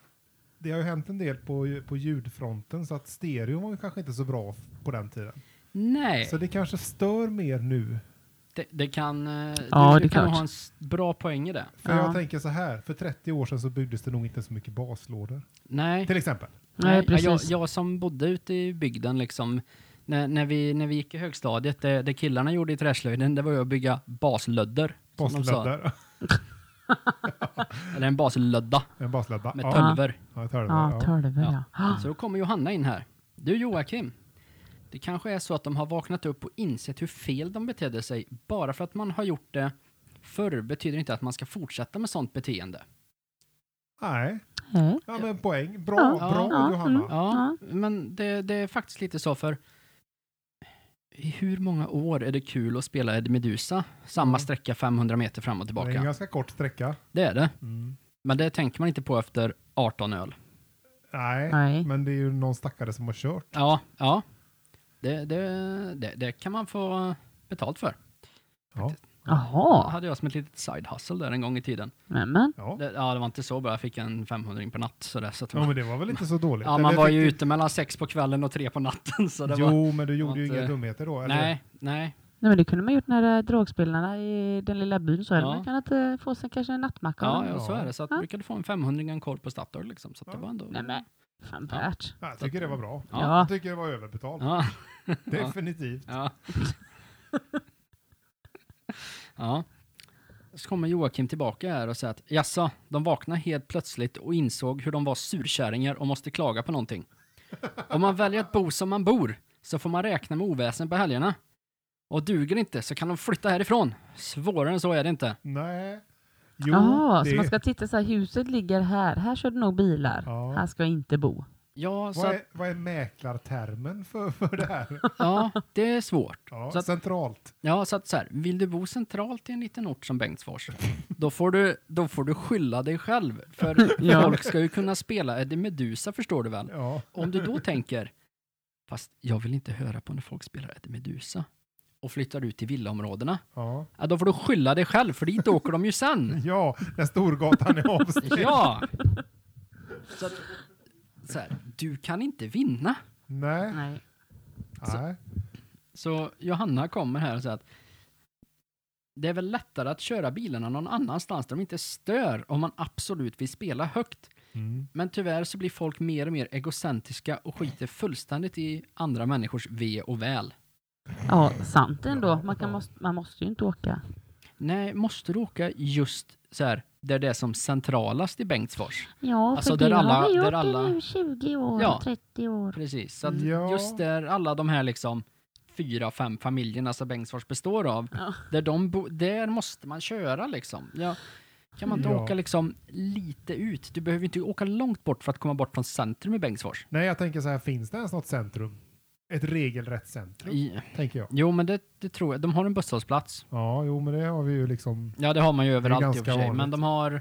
A: det har ju hänt en del på, på ljudfronten så att stereon var ju kanske inte så bra f- på den tiden.
B: Nej,
A: Så det kanske stör mer nu.
B: det, det kan... eh, Du,
C: Ja, det
B: du kan
C: är klart.
B: ha en s- bra poäng i det.
A: För
C: Ja.
A: jag tänker så här, för 30 år sedan så byggdes det nog inte så mycket baslådor.
B: Nej,
A: Till exempel.
C: Nej,
B: Nej, jag,
C: precis.
B: jag som bodde ute i bygden liksom. När, när, vi, när vi gick i högstadiet, det, det killarna gjorde i träslöjden, det var ju att bygga baslödder. som de sa.
A: Baslöddar.
B: Eller en baslödda
A: En baslödda.
B: med
A: Ja,
B: tölver.
A: ja, tölver.
C: Ja,
A: Ja.
C: 12, ja.
B: Ja. Alltså. Så då kommer Johanna in här. Du Joakim, det kanske är så att de har vaknat upp och insett hur fel de betedde sig. Bara för att man har gjort det förr betyder inte att man ska fortsätta med sånt beteende.
A: Nej,
C: Nej.
A: ja, men poäng. Bra,
C: Ja.
A: bra
C: Ja,
A: Johanna.
C: mm.
B: Ja, men det, det är faktiskt lite så för i hur många år är det kul att spela Eddie Medusa? Samma sträcka 500 meter fram och
A: Det är en
B: tillbaka.
A: ganska kort sträcka.
B: Det är det.
A: Mm.
B: Men det tänker man inte på efter 18 öl.
A: Nej,
C: Nej.
A: men det är ju någon stackare som har kört.
B: Ja, ja. Det, det, det, det kan man få betalt för.
A: Ja,
C: Jaha,
B: hade jag som ett litet side hustle där en gång i tiden.
C: men, men.
A: ja.
B: Det, ja, det var inte så bra. Jag fick en 500 in per natt. Så där, så att
A: ja men det var väl inte så dåligt?
B: ja,
A: Eller
B: man var
A: fick
B: ju
A: du-
B: ute mellan sex på kvällen och tre på natten. Så det
A: Jo,
B: var,
A: men du gjorde ju
B: inte-
A: inga dumheter då, eller?
B: nej, nej.
C: Nej, men det kunde man gjort när eh, drogspelarna i den lilla byn sa. Ja.
B: Ja.
C: Man kan inte få sig kanske en nattmacka.
B: Ja,
C: eller
B: ja,
C: något.
B: så är det. Så att
C: Ja.
B: brukade få en 500 en korv på Statoil liksom. Så att det
A: Ja.
B: var ändå...
C: Nej, men fan
B: Ja.
C: värt.
A: Ja, Jag tycker det var bra.
B: Ja.
A: Jag tycker det var överbetalt.
B: Ja,
A: Definitivt.
B: ja. ja. Så kommer Joakim tillbaka här och säger att jaså, de vaknade helt plötsligt och insåg hur de var surkärringar och måste klaga på någonting. Om man väljer att bo som man bor så får man räkna med oväsen på helgerna. Och duger det inte så kan de flytta härifrån. Svårare än så är det inte.
A: Nej. Jo,
C: Jaha,
A: det...
B: Ah,
C: så man ska titta så här, huset ligger här. Här kör det nog bilar.
A: Ja.
C: Här ska jag inte bo.
B: Ja, så
A: Vad
B: att,
A: är, vad är mäklartermen för, för det här?
B: ja, det är svårt.
A: Ja,
B: Så att-
A: centralt.
B: Ja, så att så här, vill du bo centralt i en liten ort som Bengtsfors, då får du, då får du skylla dig själv. För
C: Ja.
B: folk ska ju kunna spela Eddie Meduza förstår du väl?
A: Ja,
B: Om du då tänker, fast jag vill inte höra på när folk spelar Eddie Meduza och flyttar ut till villaområdena,
A: ja.
B: ja, då får du skylla dig själv, för dit åker de ju sen.
A: ja, när Storgatan är avstängd.
B: Ja! Så att, så här, du kan inte vinna.
A: Nej,
C: Nej.
A: nej.
B: Så Johanna kommer här och säger att det är väl lättare att köra bilarna någon annanstans där de inte stör om man absolut vill spela högt.
A: Mm.
B: Men tyvärr så blir folk mer och mer egocentriska och skiter fullständigt i andra människors ve och väl.
C: Ja, sant ändå. Man, kan,
A: Ja.
C: måste, man måste ju inte åka.
B: Nej, måste du åka just så här, där det är som centralast i Bengtsfors?
C: Ja,
B: Alltså, där alla- där alla-
C: 20 år,
B: Ja.
C: 30 år.
B: Precis, så att
A: Ja.
B: just där alla de här liksom fyra, fem familjerna som Bengtsfors består av,
C: Ja.
B: där, de bo, där måste man köra liksom. Ja. Kan man inte
A: Ja.
B: åka liksom lite ut? Du behöver inte åka långt bort för att komma bort från centrum i Bengtsfors.
A: Nej, jag tänker så här, finns det ens något centrum? Ett regelrätt centrum,
B: I,
A: tänker jag.
B: jo, men det, det tror jag. De har en busshållplats.
A: Ja, jo, men det har vi ju liksom
B: Ja, det har man ju överallt i och
A: ganska
B: för sig. Men
A: vanligt.
B: de har...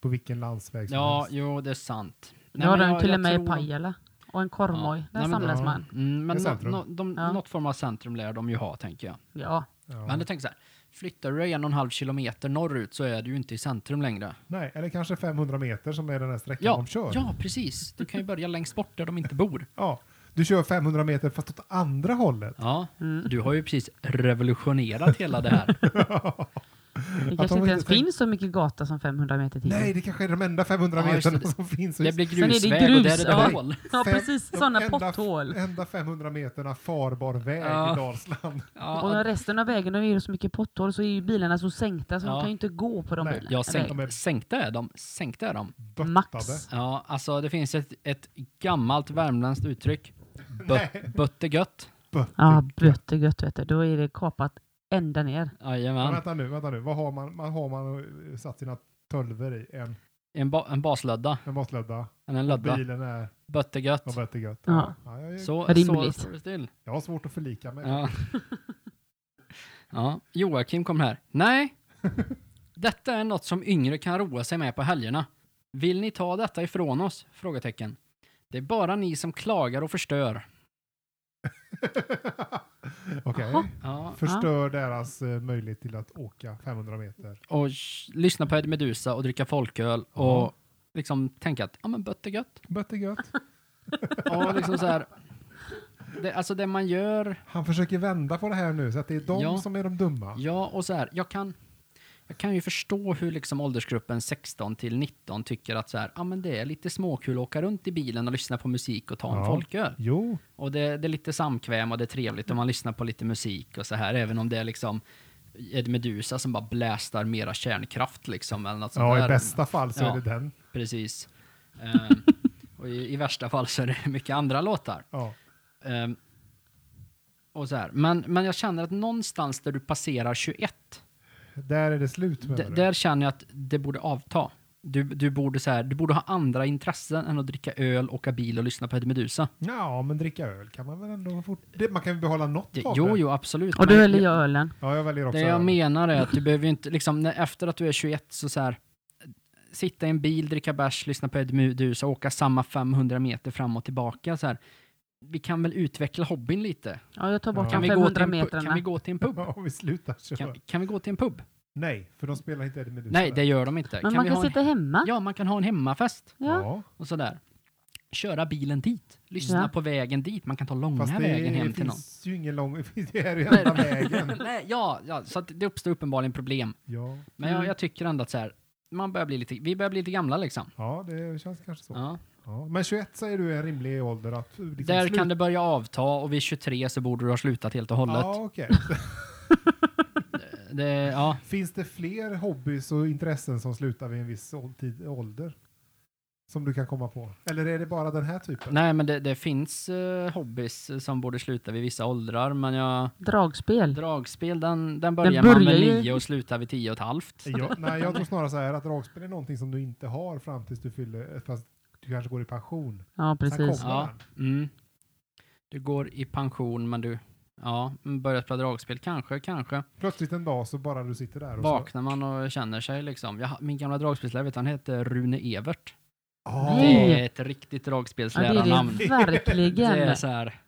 A: på vilken landsväg som
B: Ja,
A: helst.
B: jo, det är sant.
C: Nu har
B: men
C: den
B: jag-
C: till
B: jag
C: och med i
B: tror de-
C: Pajala. Och en korvmoj.
B: Ja.
C: Där
B: Nej, men-
C: samlas
A: Ja.
C: man.
B: Mm, men
A: Det är
B: nå-
A: centrum.
B: nå- de,
C: Ja.
B: något form av centrum lär de ju ha, tänker jag.
C: Ja.
A: Ja.
B: Men jag tänker så här, flyttar du dig en och en halv kilometer norrut så är du ju inte i centrum längre.
A: Nej, eller kanske 500 meter som är den här sträckan
B: Ja,
A: de kör.
B: ja precis. Du kan ju börja längst bort där de inte bor.
A: Ja, Du kör 500 meter fast åt andra hållet.
B: Ja, Mm. du har ju precis revolutionerat hela det här.
C: Det
A: Att
C: kanske
A: de inte
C: inte ens
A: tänk-
C: finns så mycket gata som 500 meter till.
A: Nej, det kanske är de enda 500
B: Ja, just
A: meterna
B: det.
A: som finns.
B: Det blir
C: Sen är det
B: grusväg och
C: grus,
B: där är det
C: ja.
B: hål.
C: Ja,
A: Fem-
C: precis.
A: de
C: Sådana
A: enda-
C: potthål.
A: Enda 500 meterna farbar väg
B: Ja.
A: i Dalsland.
C: Och
B: Ja,
C: när resten av vägen är ju så mycket potthål så är ju bilarna så sänkta så
B: Ja.
C: de kan ju inte gå på de
A: Nej.
C: bilarna.
B: ja
C: Eller-
B: sänk, sänkta är de. Sänkta är de.
A: Böttade.
C: Max.
B: Ja, alltså det finns ett, ett gammalt värmländskt uttryck.
A: Nej.
B: Bö- Böttegött.
A: Bötter.
C: Ja, böttegött vet du. Då är det kapat ända ner.
A: Men
B: Jajamän.
A: vänta nu, vänta nu. Vad har man, man, har man eh, satt sina tölver i? En,
B: En, ba, en baslödda.
A: en matlödda.
B: En lödda.
A: Bilen är
B: Böttegött.
A: vad bättre gött.
C: Ja.
A: Ja, jag,
B: Så, så
C: Rimligt.
B: står det still.
A: jag har svårt att förlika mig.
B: Ja. ja, Joakim kom här. Nej, detta är något som yngre kan roa sig med på helgerna. Vill ni ta detta ifrån oss? Frågetecken. Det är bara ni som klagar och förstör.
A: Okej.
C: Jaha.
B: Ja,
A: Förstör deras eh, möjlighet till att åka 500 meter.
B: och sh- lyssna på Eddie Meduza och dricka folköl och
A: Ja.
B: liksom tänka att ja men bött är gött.
A: Bättre gött.
B: Och liksom så här, det, alltså det man gör
A: Han försöker vända på det här nu, så att det är de
B: Ja.
A: som är de dumma.
B: Ja, och så här, jag kan, jag kan ju förstå hur liksom åldersgruppen 16 till 19 tycker att så här, ah, men det är lite småkul att åka runt i bilen och lyssna på musik och ta en
A: Ja.
B: folköl.
A: Jo,
B: Och det, det är lite samkväm och det är trevligt och man lyssnar på lite musik och så här, även om det är liksom Eddie Meduza som bara blästar mera kärnkraft liksom. Eller något sånt
A: ja,
B: där.
A: i bästa fall så
B: Ja.
A: är det den.
B: Precis. Ehm, och i, i värsta fall så är det mycket andra låtar.
A: Ja.
B: Ehm, och så här. Men, men jag känner att någonstans där du passerar 21,
A: Där är det slut med
B: D- där känner jag att det borde avta. Du, du, borde så här, du borde ha andra intressen än att dricka öl, åka bil och lyssna på Eddie Meduza.
A: Ja, men dricka öl kan man väl ändå fort... Det, man kan ju behålla något
B: Det,
A: av
B: jo,
A: det.
B: jo, absolut.
C: Och då
B: men
C: häller jag ölen.
A: Ja, jag väljer också
B: det jag
A: öl.
B: menar är att du behöver ju inte, liksom, när, efter att du är 21 så, så här, sitta i en bil, dricka bärs, lyssna på Eddie Meduza, åka samma 500 meter fram och tillbaka. Så här. Vi kan väl utveckla hobbyn lite?
C: Ja, jag tar bort
A: Ja.
B: Kan,
C: de
B: vi gå, till
C: 500
B: en, pu- kan
C: metrarna.
B: vi gå till en pub?
A: Ja, vi slutar köra.
B: Kan, kan vi gå till en pub?
A: Nej, för de spelar inte Eddie Meduza.
B: Nej,
A: där.
B: det gör de inte.
C: Men man
B: vi
C: kan
B: ha en-
C: sitta hemma.
B: Ja, man kan ha en hemmafest.
C: Ja.
B: och sådär. Köra bilen dit, lyssna
C: Ja.
B: på vägen dit, man kan ta långa
A: Fast det
B: vägen hem till någon.
A: finns ju ingen lång... Det är ju enda vägen.
B: Nej, ja, ja, så att det uppstår uppenbarligen problem.
A: Ja,
B: Men
C: Mm.
B: jag, jag tycker ändå att så här, man börjar bli lite, vi börjar bli lite gamla liksom.
A: ja, det känns kanske så.
B: Ja.
A: Ja. Men 21 säger du är en rimlig ålder att liksom
B: Där
A: sluta.
B: kan det börja avta och vid 23 så borde du ha slutat helt och hållet.
A: Ja, okej.
B: Det, ja.
A: Finns det fler hobbys och intressen som slutar vid en viss ål- tid- ålder? Som du kan komma på? Eller är det bara den här typen?
B: Nej, men det, det finns uh, hobbys som borde sluta vid vissa åldrar, men jag,
C: Dragspel.
B: dragspel den, den börjar, man
C: börjar
B: med
C: ju-
B: 9 och slutar vid 10 och ett halvt.
A: Jag, nej, jag tror snarare så här att dragspel är någonting som du inte har fram tills du fyller, fast du kanske går i pension.
C: Ja, precis.
A: kom.
B: Ja. Mm. Du går i pension, men du ja, börjar spela dragspel. Kanske, kanske.
A: Plötsligt en dag så bara du sitter där och så...
B: Vaknar man och känner sig liksom. Jag, min gamla dragspelslärare, vet du, han hette Rune Evert.
A: Ja,
B: Det är
C: Nej.
B: ett riktigt
C: Ja, det är
B: dragspelslärarnamn.
C: det
B: Det
C: verkligen.
B: är så här.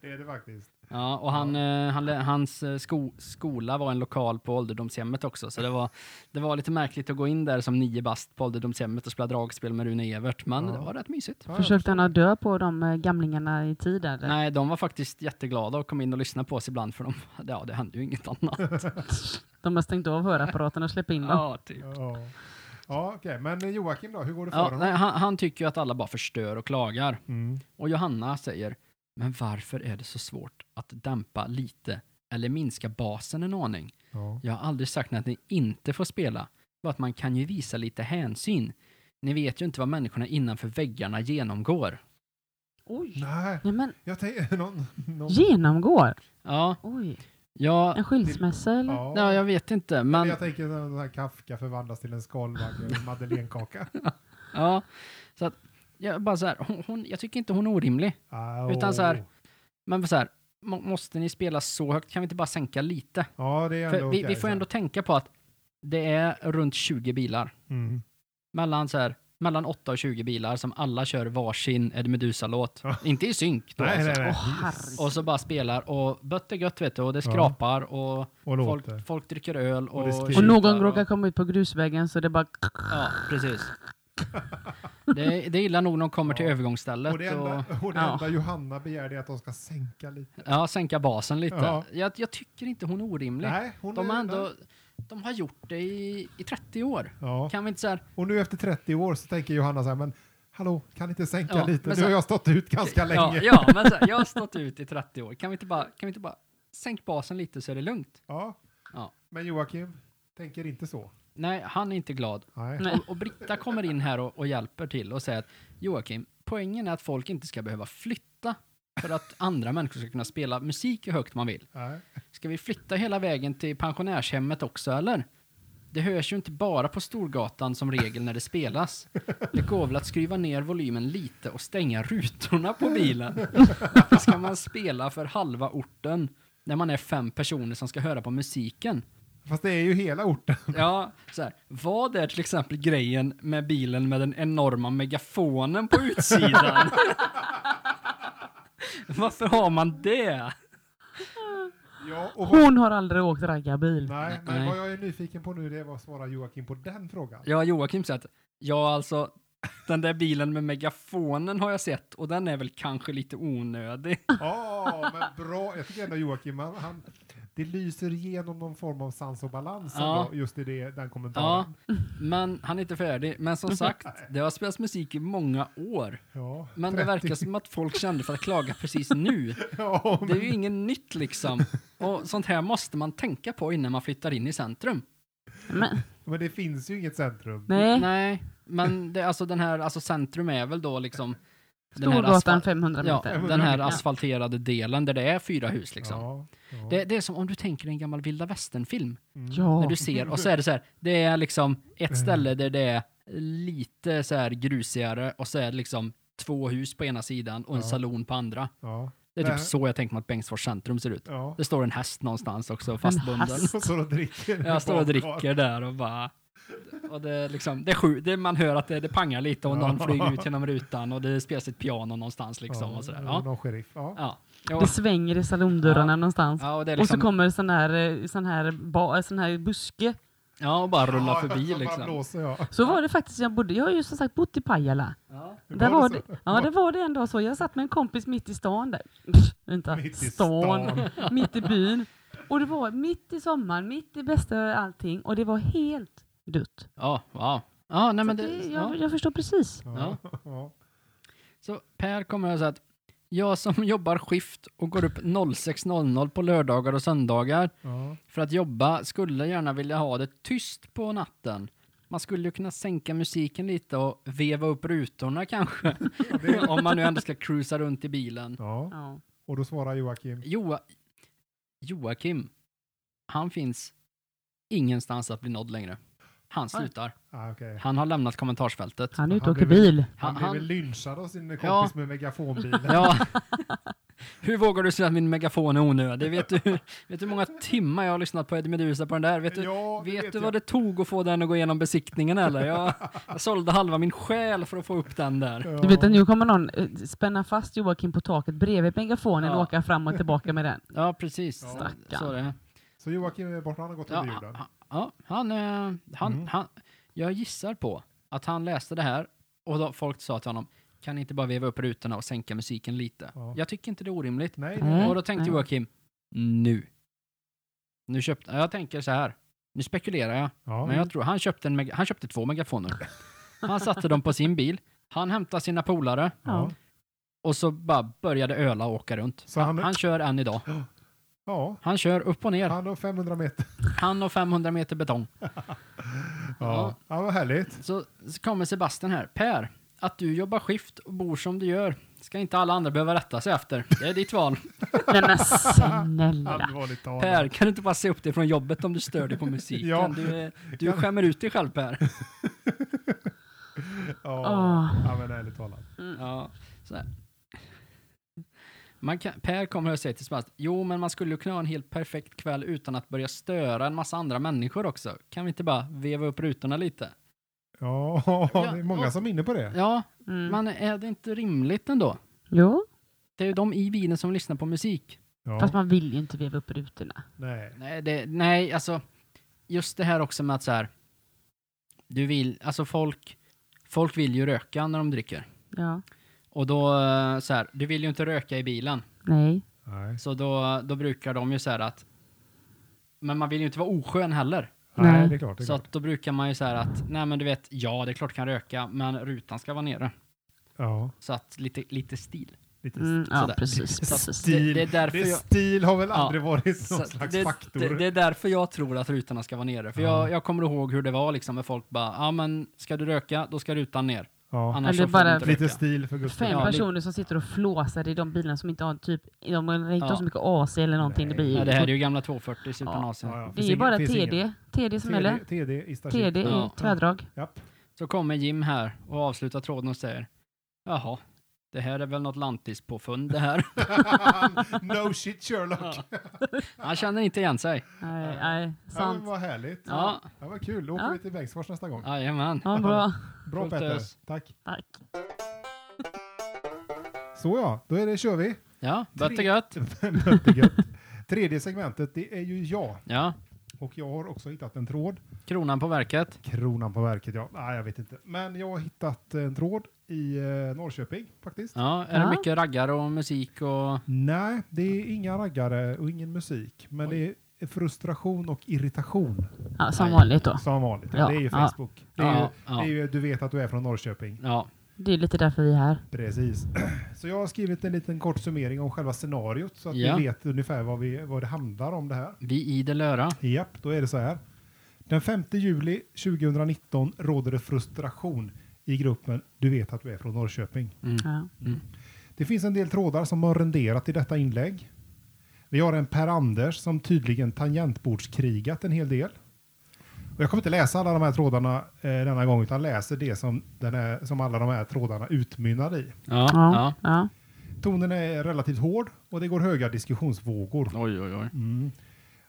A: det är det faktiskt.
B: Ja, och han, eh, han, lä- hans eh, sko, skola var en lokal på ålderdomshemmet också, så det var, det var lite märkligt att gå in där som nio bast på ålderdomshemmet och spela dragspel med Rune Evert, men
A: Ja.
B: det var rätt mysigt.
A: Ja, jag
C: Försökte han
A: förstår.
C: att dö på de eh, gamlingarna i tid eller?
B: Nej, de var faktiskt jätteglada och kom in och lyssnade på oss ibland, för de, ja, det hände ju inget annat.
C: De har stängt av hörapparaten och släppt in dem.
B: Ja, typ.
A: Ja, ja okej. Men eh, Joakim då, hur går det för
B: Ja,
A: honom?
B: nej, han, han tycker ju att alla bara förstör och klagar,
A: Mm.
B: och Johanna säger, men varför är det så svårt att dämpa lite eller minska basen en aning?
A: Ja.
B: Jag har aldrig sagt att ni inte får spela, bara att man kan ju visa lite hänsyn. Ni vet ju inte vad människorna innanför väggarna genomgår.
C: Oj.
A: Nej,
C: Nej, men
A: jag tänkte... Någon, någon,
C: genomgår?
B: Ja,
C: Oj.
B: ja,
C: En skilsmässa eller?
A: ja.
B: ja jag vet inte,
A: Men
B: men
A: jag tänker att den här Kafka förvandlas till en skalbagge och en madeleinekaka.
B: ja. Så att, jag bara så här, hon, hon, jag tycker inte hon är orimlig,
A: Au.
B: Utan så här- men så här, må, måste ni spela så högt? Kan vi inte bara sänka lite?
A: Ja, det är ändå
B: För vi, vi
A: okej,
B: får
A: så
B: ändå tänka på att det är runt 20 bilar,
A: här. Mm.
B: mellan så här, mellan 8 och 20 bilar som alla kör varsin Eddie Meduza-låt. Inte i synk då
A: Nej,
B: alltså.
A: nej, nej.
C: Åh, herregud.
B: Och så bara spelar och bött är gött vet du och det skrapar och
A: Och låter.
B: folk, folk dricker öl och,
A: Och det skriker.
C: Och någon
B: tjutar
C: råkar komma ut på grusvägen så det bara...
B: Ja, precis. Det, det är illa nog när de kommer till
A: Ja.
B: övergångsstället
A: Och
B: och,
A: det enda, och det
C: Ja.
A: enda Johanna begär är att de ska sänka lite.
B: ja, sänka basen lite.
A: Ja.
B: Jag, jag tycker inte hon är orimlig.
A: Nej, hon
B: de,
A: är
B: har ändå, de har gjort det i, i 30 år.
A: Ja.
B: Kan vi inte så här,
A: Och nu efter 30 år så tänker Johanna så här, men hallå, kan inte sänka
B: Ja,
A: lite?
B: men
A: Nu
B: så-
A: har jag stått ut ganska
B: ja,
A: länge. Ja,
B: ja, men så här, jag har stått ut i 30 år. Kan vi inte bara, kan vi inte bara sänk basen lite så är det lugnt? Ja.
A: Men Joakim tänker inte så.
B: Nej, han är inte glad.
A: Nej.
C: Nej.
B: Och, och Britta kommer in här och, och hjälper till och säger att Joakim, poängen är att folk inte ska behöva flytta för att andra människor ska kunna spela musik hur högt man vill.
A: Nej.
B: Ska vi flytta hela vägen till pensionärshemmet också eller? Det hörs ju inte bara på Storgatan som regel när det spelas. Det går väl att skruva ner volymen lite och stänga rutorna på bilen. Varför ska man spela för halva orten när man är fem personer som ska höra på musiken?
A: Fast det är ju hela orten.
B: Ja, så här. Vad är till exempel grejen med bilen med den enorma megafonen på utsidan? Varför har man det?
A: Ja, och vad,
C: Hon har aldrig åkt raggarbil.
A: nej, men
B: Nej.
A: vad jag är nyfiken på nu det är vad svarar Joakim på den frågan.
B: Ja, Joakim säger att ja, alltså den där bilen med megafonen har jag sett och den är väl kanske lite onödig.
A: Ja, men bra. Jag tycker ändå Joakim, han, han, det lyser igenom någon form av sans och balans
B: Ja.
A: ändå, just i det, den kommentaren.
B: Ja, men han är inte färdig. Men som sagt, det har spelats musik i många år.
A: Ja,
B: Men det verkar som att folk kände för att klaga precis nu.
A: ja,
B: Det
A: men,
B: är ju inget nytt liksom. Och sånt här måste man tänka på innan man flyttar in i centrum.
C: Men,
A: men det finns ju inget centrum.
C: nej,
B: Nej, men det, alltså den här, alltså centrum är väl då liksom den här,
C: Storgatan
B: asfal-
C: 500
B: ja,
C: meter.
B: den här asfalterade delen där det är fyra hus liksom.
A: Ja, ja.
B: Det, det är som om du tänker en gammal vilda västern-film.
A: Mm.
B: När
C: Ja,
B: du ser, och så är det så här, det är liksom ett ställe där det är lite så här grusigare och så är det liksom två hus på ena sidan och en
A: Ja.
B: saloon på andra.
A: ja,
B: Det är typ
A: Nej.
B: så jag tänker mig att Bengtsfors centrum ser ut.
A: ja.
B: Det står en häst någonstans också, fastbunden.
C: häst?
A: Och står och dricker.
B: Jag står och
A: bakåt.
B: dricker där och bara... Och det är liksom, det är sju, det, man hör att det, det pangar lite och någon
A: Ja.
B: flyger ut genom rutan och det spelas ett piano någonstans liksom och sådär. Ja.
A: Någon sheriff. Ja.
B: Ja. Ja,
C: det svänger i salondörrarna
B: Ja.
C: någonstans.
B: ja, och det är
C: Och så
B: liksom,
C: kommer sån här, eh, sån här, ba, sån här buske.
B: ja, och bara rulla
A: Ja,
B: förbi
A: som bara
B: liksom.
A: Blåser, ja.
C: Så var det faktiskt, jag, bodde, jag har ju som sagt bott i Pajala.
B: Ja.
A: Var
C: Där
A: det
C: var
A: så?
C: det, ja, det var det en dag så. Jag satt med en kompis mitt i stan där. Vänta,
A: Mitt i
C: stan. mitt i byn. Och det var mitt i sommaren, mitt i bästa allting. Och det var helt dött.
B: Ja, wow. Ja, nej
C: Så
B: men
C: det,
B: det...
C: jag,
B: Ja.
C: jag förstår precis.
A: Ja. Ja.
B: Så Per kommer och säger att jag som jobbar skift och går upp 06.00 på lördagar och söndagar
A: Ja.
B: för att jobba skulle gärna vilja ha det tyst på natten. Man skulle ju kunna sänka musiken lite och veva upp rutorna kanske. Om man nu ändå ska cruisa runt i bilen.
A: ja.
C: Ja.
A: Och då svarar Joakim.
B: Joa, Joakim, han finns ingenstans att bli nådd längre. Han slutar.
A: Ah, okej.
B: Han har lämnat kommentarsfältet.
C: Han är ute
A: Han
C: och åker
A: blev-
C: bil.
A: Han,
B: Han-
A: blev väl lynchad av sin kompis
B: Ja.
A: med megafonbilen.
B: Ja. Hur vågar du säga att min megafon är onödig? Vet du, vet du hur många timmar jag har lyssnat på Eddie Meduza på den där? Vet du,
A: Ja, det
B: vet
A: vet
B: du
A: jag.
B: vad det tog att få den att gå igenom besiktningen eller? Jag, jag sålde halva min själ för att få upp den där.
A: Ja.
C: Du vet att nu kommer någon eh, spänna fast Joakim på taket bredvid megafonen
B: Ja.
C: och åka fram och tillbaka med den.
B: Ja, precis.
C: Stackarn.
B: Så är det.
A: Så Joakim är borta, han har gått
B: Ja,
A: under jorden.
B: han- ja, han, eh, han,
A: Mm.
B: han, jag gissar på att han läste det här och då folk sa till honom, kan ni inte bara veva upp rutorna och sänka musiken lite?
A: Ja.
B: Jag tycker inte det är orimligt.
A: Nej,
C: Nej.
A: nej.
B: Och då tänkte
C: nej.
B: Joakim, nu. Nu köpte, jag tänker så här, nu spekulerar jag,
A: Ja.
B: men jag tror han köpte, en mega, han köpte två megafoner. Han satte dem på sin bil, han hämtade sina polare
A: Ja.
B: och så bara började öla och åka runt.
A: Så
B: han,
A: han-
B: han kör än idag.
A: ja,
B: Han kör upp och ner,
A: han har 500 meter.
B: han och 500 meter betong. Ja.
A: Ja, ja vad härligt.
B: Så, så kommer Sebastian här, Per, att du jobbar skift och bor som du gör ska inte alla andra behöva rätta sig efter. Det är ditt val.
C: Nej men snälla.
A: Allvarligt talat.
B: Per, kan du inte bara se upp dig från jobbet om du stör dig på musiken?
A: Ja.
B: Du, är- du skämmer ut dig själv Per.
A: Ja.
C: Åh.
A: ja, men ärligt talat.
B: Ja, så här. Man kan, per kommer och säger till Sebastian, jo men man skulle ju kunna ha en helt perfekt kväll utan att börja störa en massa andra människor också. Kan vi inte bara veva upp rutorna lite?
A: Ja, det är många som är inne på det.
B: Ja,
C: Mm.
B: men är det inte rimligt ändå?
C: Jo,
B: Det är ju de i bilen som lyssnar på musik.
A: Ja.
C: fast man vill ju inte veva upp rutorna.
A: Nej.
B: Nej, det, nej alltså, just det här också med att så här, du vill, alltså folk, folk vill ju röka när de dricker.
C: Ja.
B: Och då, eh, så här, du vill ju inte röka i bilen.
C: Nej.
A: Nej.
B: Så då, då brukar de ju säga att, men man vill ju inte vara oskön heller.
A: Nej.
C: Nej.
A: det är klart. Det är
B: Så
A: klart.
B: att då brukar man ju säga att, nej men du vet, ja det är klart du kan röka, men rutan ska vara nere.
A: Ja,
B: Så att lite, lite stil.
A: lite
C: Mm, ja,
B: Sådär.
C: precis.
B: Så att
C: precis.
B: det, det är därför
A: det,
B: jag...
A: Stil har väl
B: Ja.
A: aldrig varit
B: så
A: någon
B: att
A: slags
B: det,
A: faktor.
B: det, det är därför jag tror att rutorna ska vara nere. För jag, jag kommer ihåg hur det var liksom med folk bara, ja men ska du röka, då ska rutan ner.
A: ja.
B: Annars
C: Eller
B: så får du
C: bara-
B: inte röka.
A: Lite stil för Gustav.
C: Fem
B: Ja, det-
C: personer som sitter och flåsar i de bilarna som inte har typ, de har inte
B: Ja.
C: så mycket AC eller någonting.
A: Nej.
C: Det, blir,
B: Nej, det här är ju gamla 240 utan
C: Ja.
B: AC.
A: Ja, ja.
C: det är
A: Finns
C: ju
A: ingen-
C: bara
A: finns
C: TD, TD som gäller.
A: TD, TD i Starship.
C: TD
B: Ja.
C: i tvärdrag.
A: Japp.
B: Så kommer Jim här och avslutar tråden och säger, jaha, det här är väl något lantispåfund det här.
A: Ah, no shit Sherlock.
B: Ja. Han känner inte igen sig.
C: Nej, nej,
A: Ja, men
C: sant.
A: vad härligt.
B: Ja,
A: Ja, vad kul. Då åker
C: Ja.
A: vi till Bengtsfors nästa gång.
B: jajamän.
C: Ja, bra.
A: Bra
B: fullt
A: Petter.
B: ös.
A: Tack.
C: Tack.
A: Så ja, då är det, kör vi.
B: Ja, bött och gött.
A: Nöt är gött. Tredje segmentet, det är ju jag.
B: Ja,
A: Och jag har också hittat en tråd.
B: kronan på verket.
A: Kronan på verket, ja. Nej, jag vet inte. Men jag har hittat en tråd i eh, Norrköping faktiskt.
B: Ja, är det
C: Ja.
B: mycket raggar och musik och...
A: Nej, det är inga raggare och ingen musik. Men det är frustration och irritation
C: Ja, som
B: Aj.
C: vanligt då.
A: som vanligt.
C: Ja,
A: det är ju
C: ja.
A: Facebook. Det är,
B: Ja,
A: ju,
B: ja.
A: det är ju, du vet att du är från Norrköping.
B: Ja,
C: Det är lite därför vi är här.
A: Precis. Så jag har skrivit en liten kort summering om själva scenariot så att
B: Ja.
A: vi vet ungefär vad, vi, vad det handlar om det här.
B: vi idel öra.
A: Japp, då är det så här. Den 5 juli 2019 råder det frustration i gruppen Du vet att du är från Norrköping.
B: Mm.
C: Ja.
A: Det finns en del trådar som har renderat i detta inlägg. Vi har en Per-Anders som tydligen tangentbordskrigat en hel del. Och jag kommer inte läsa alla de här trådarna eh, denna gång utan läser det som, den här, som alla de här trådarna utmynnar i.
B: Ja, ja.
C: Ja. Ja.
A: Tonen är relativt hård och det går höga diskussionsvågor.
B: Oj, oj, oj.
A: Mm.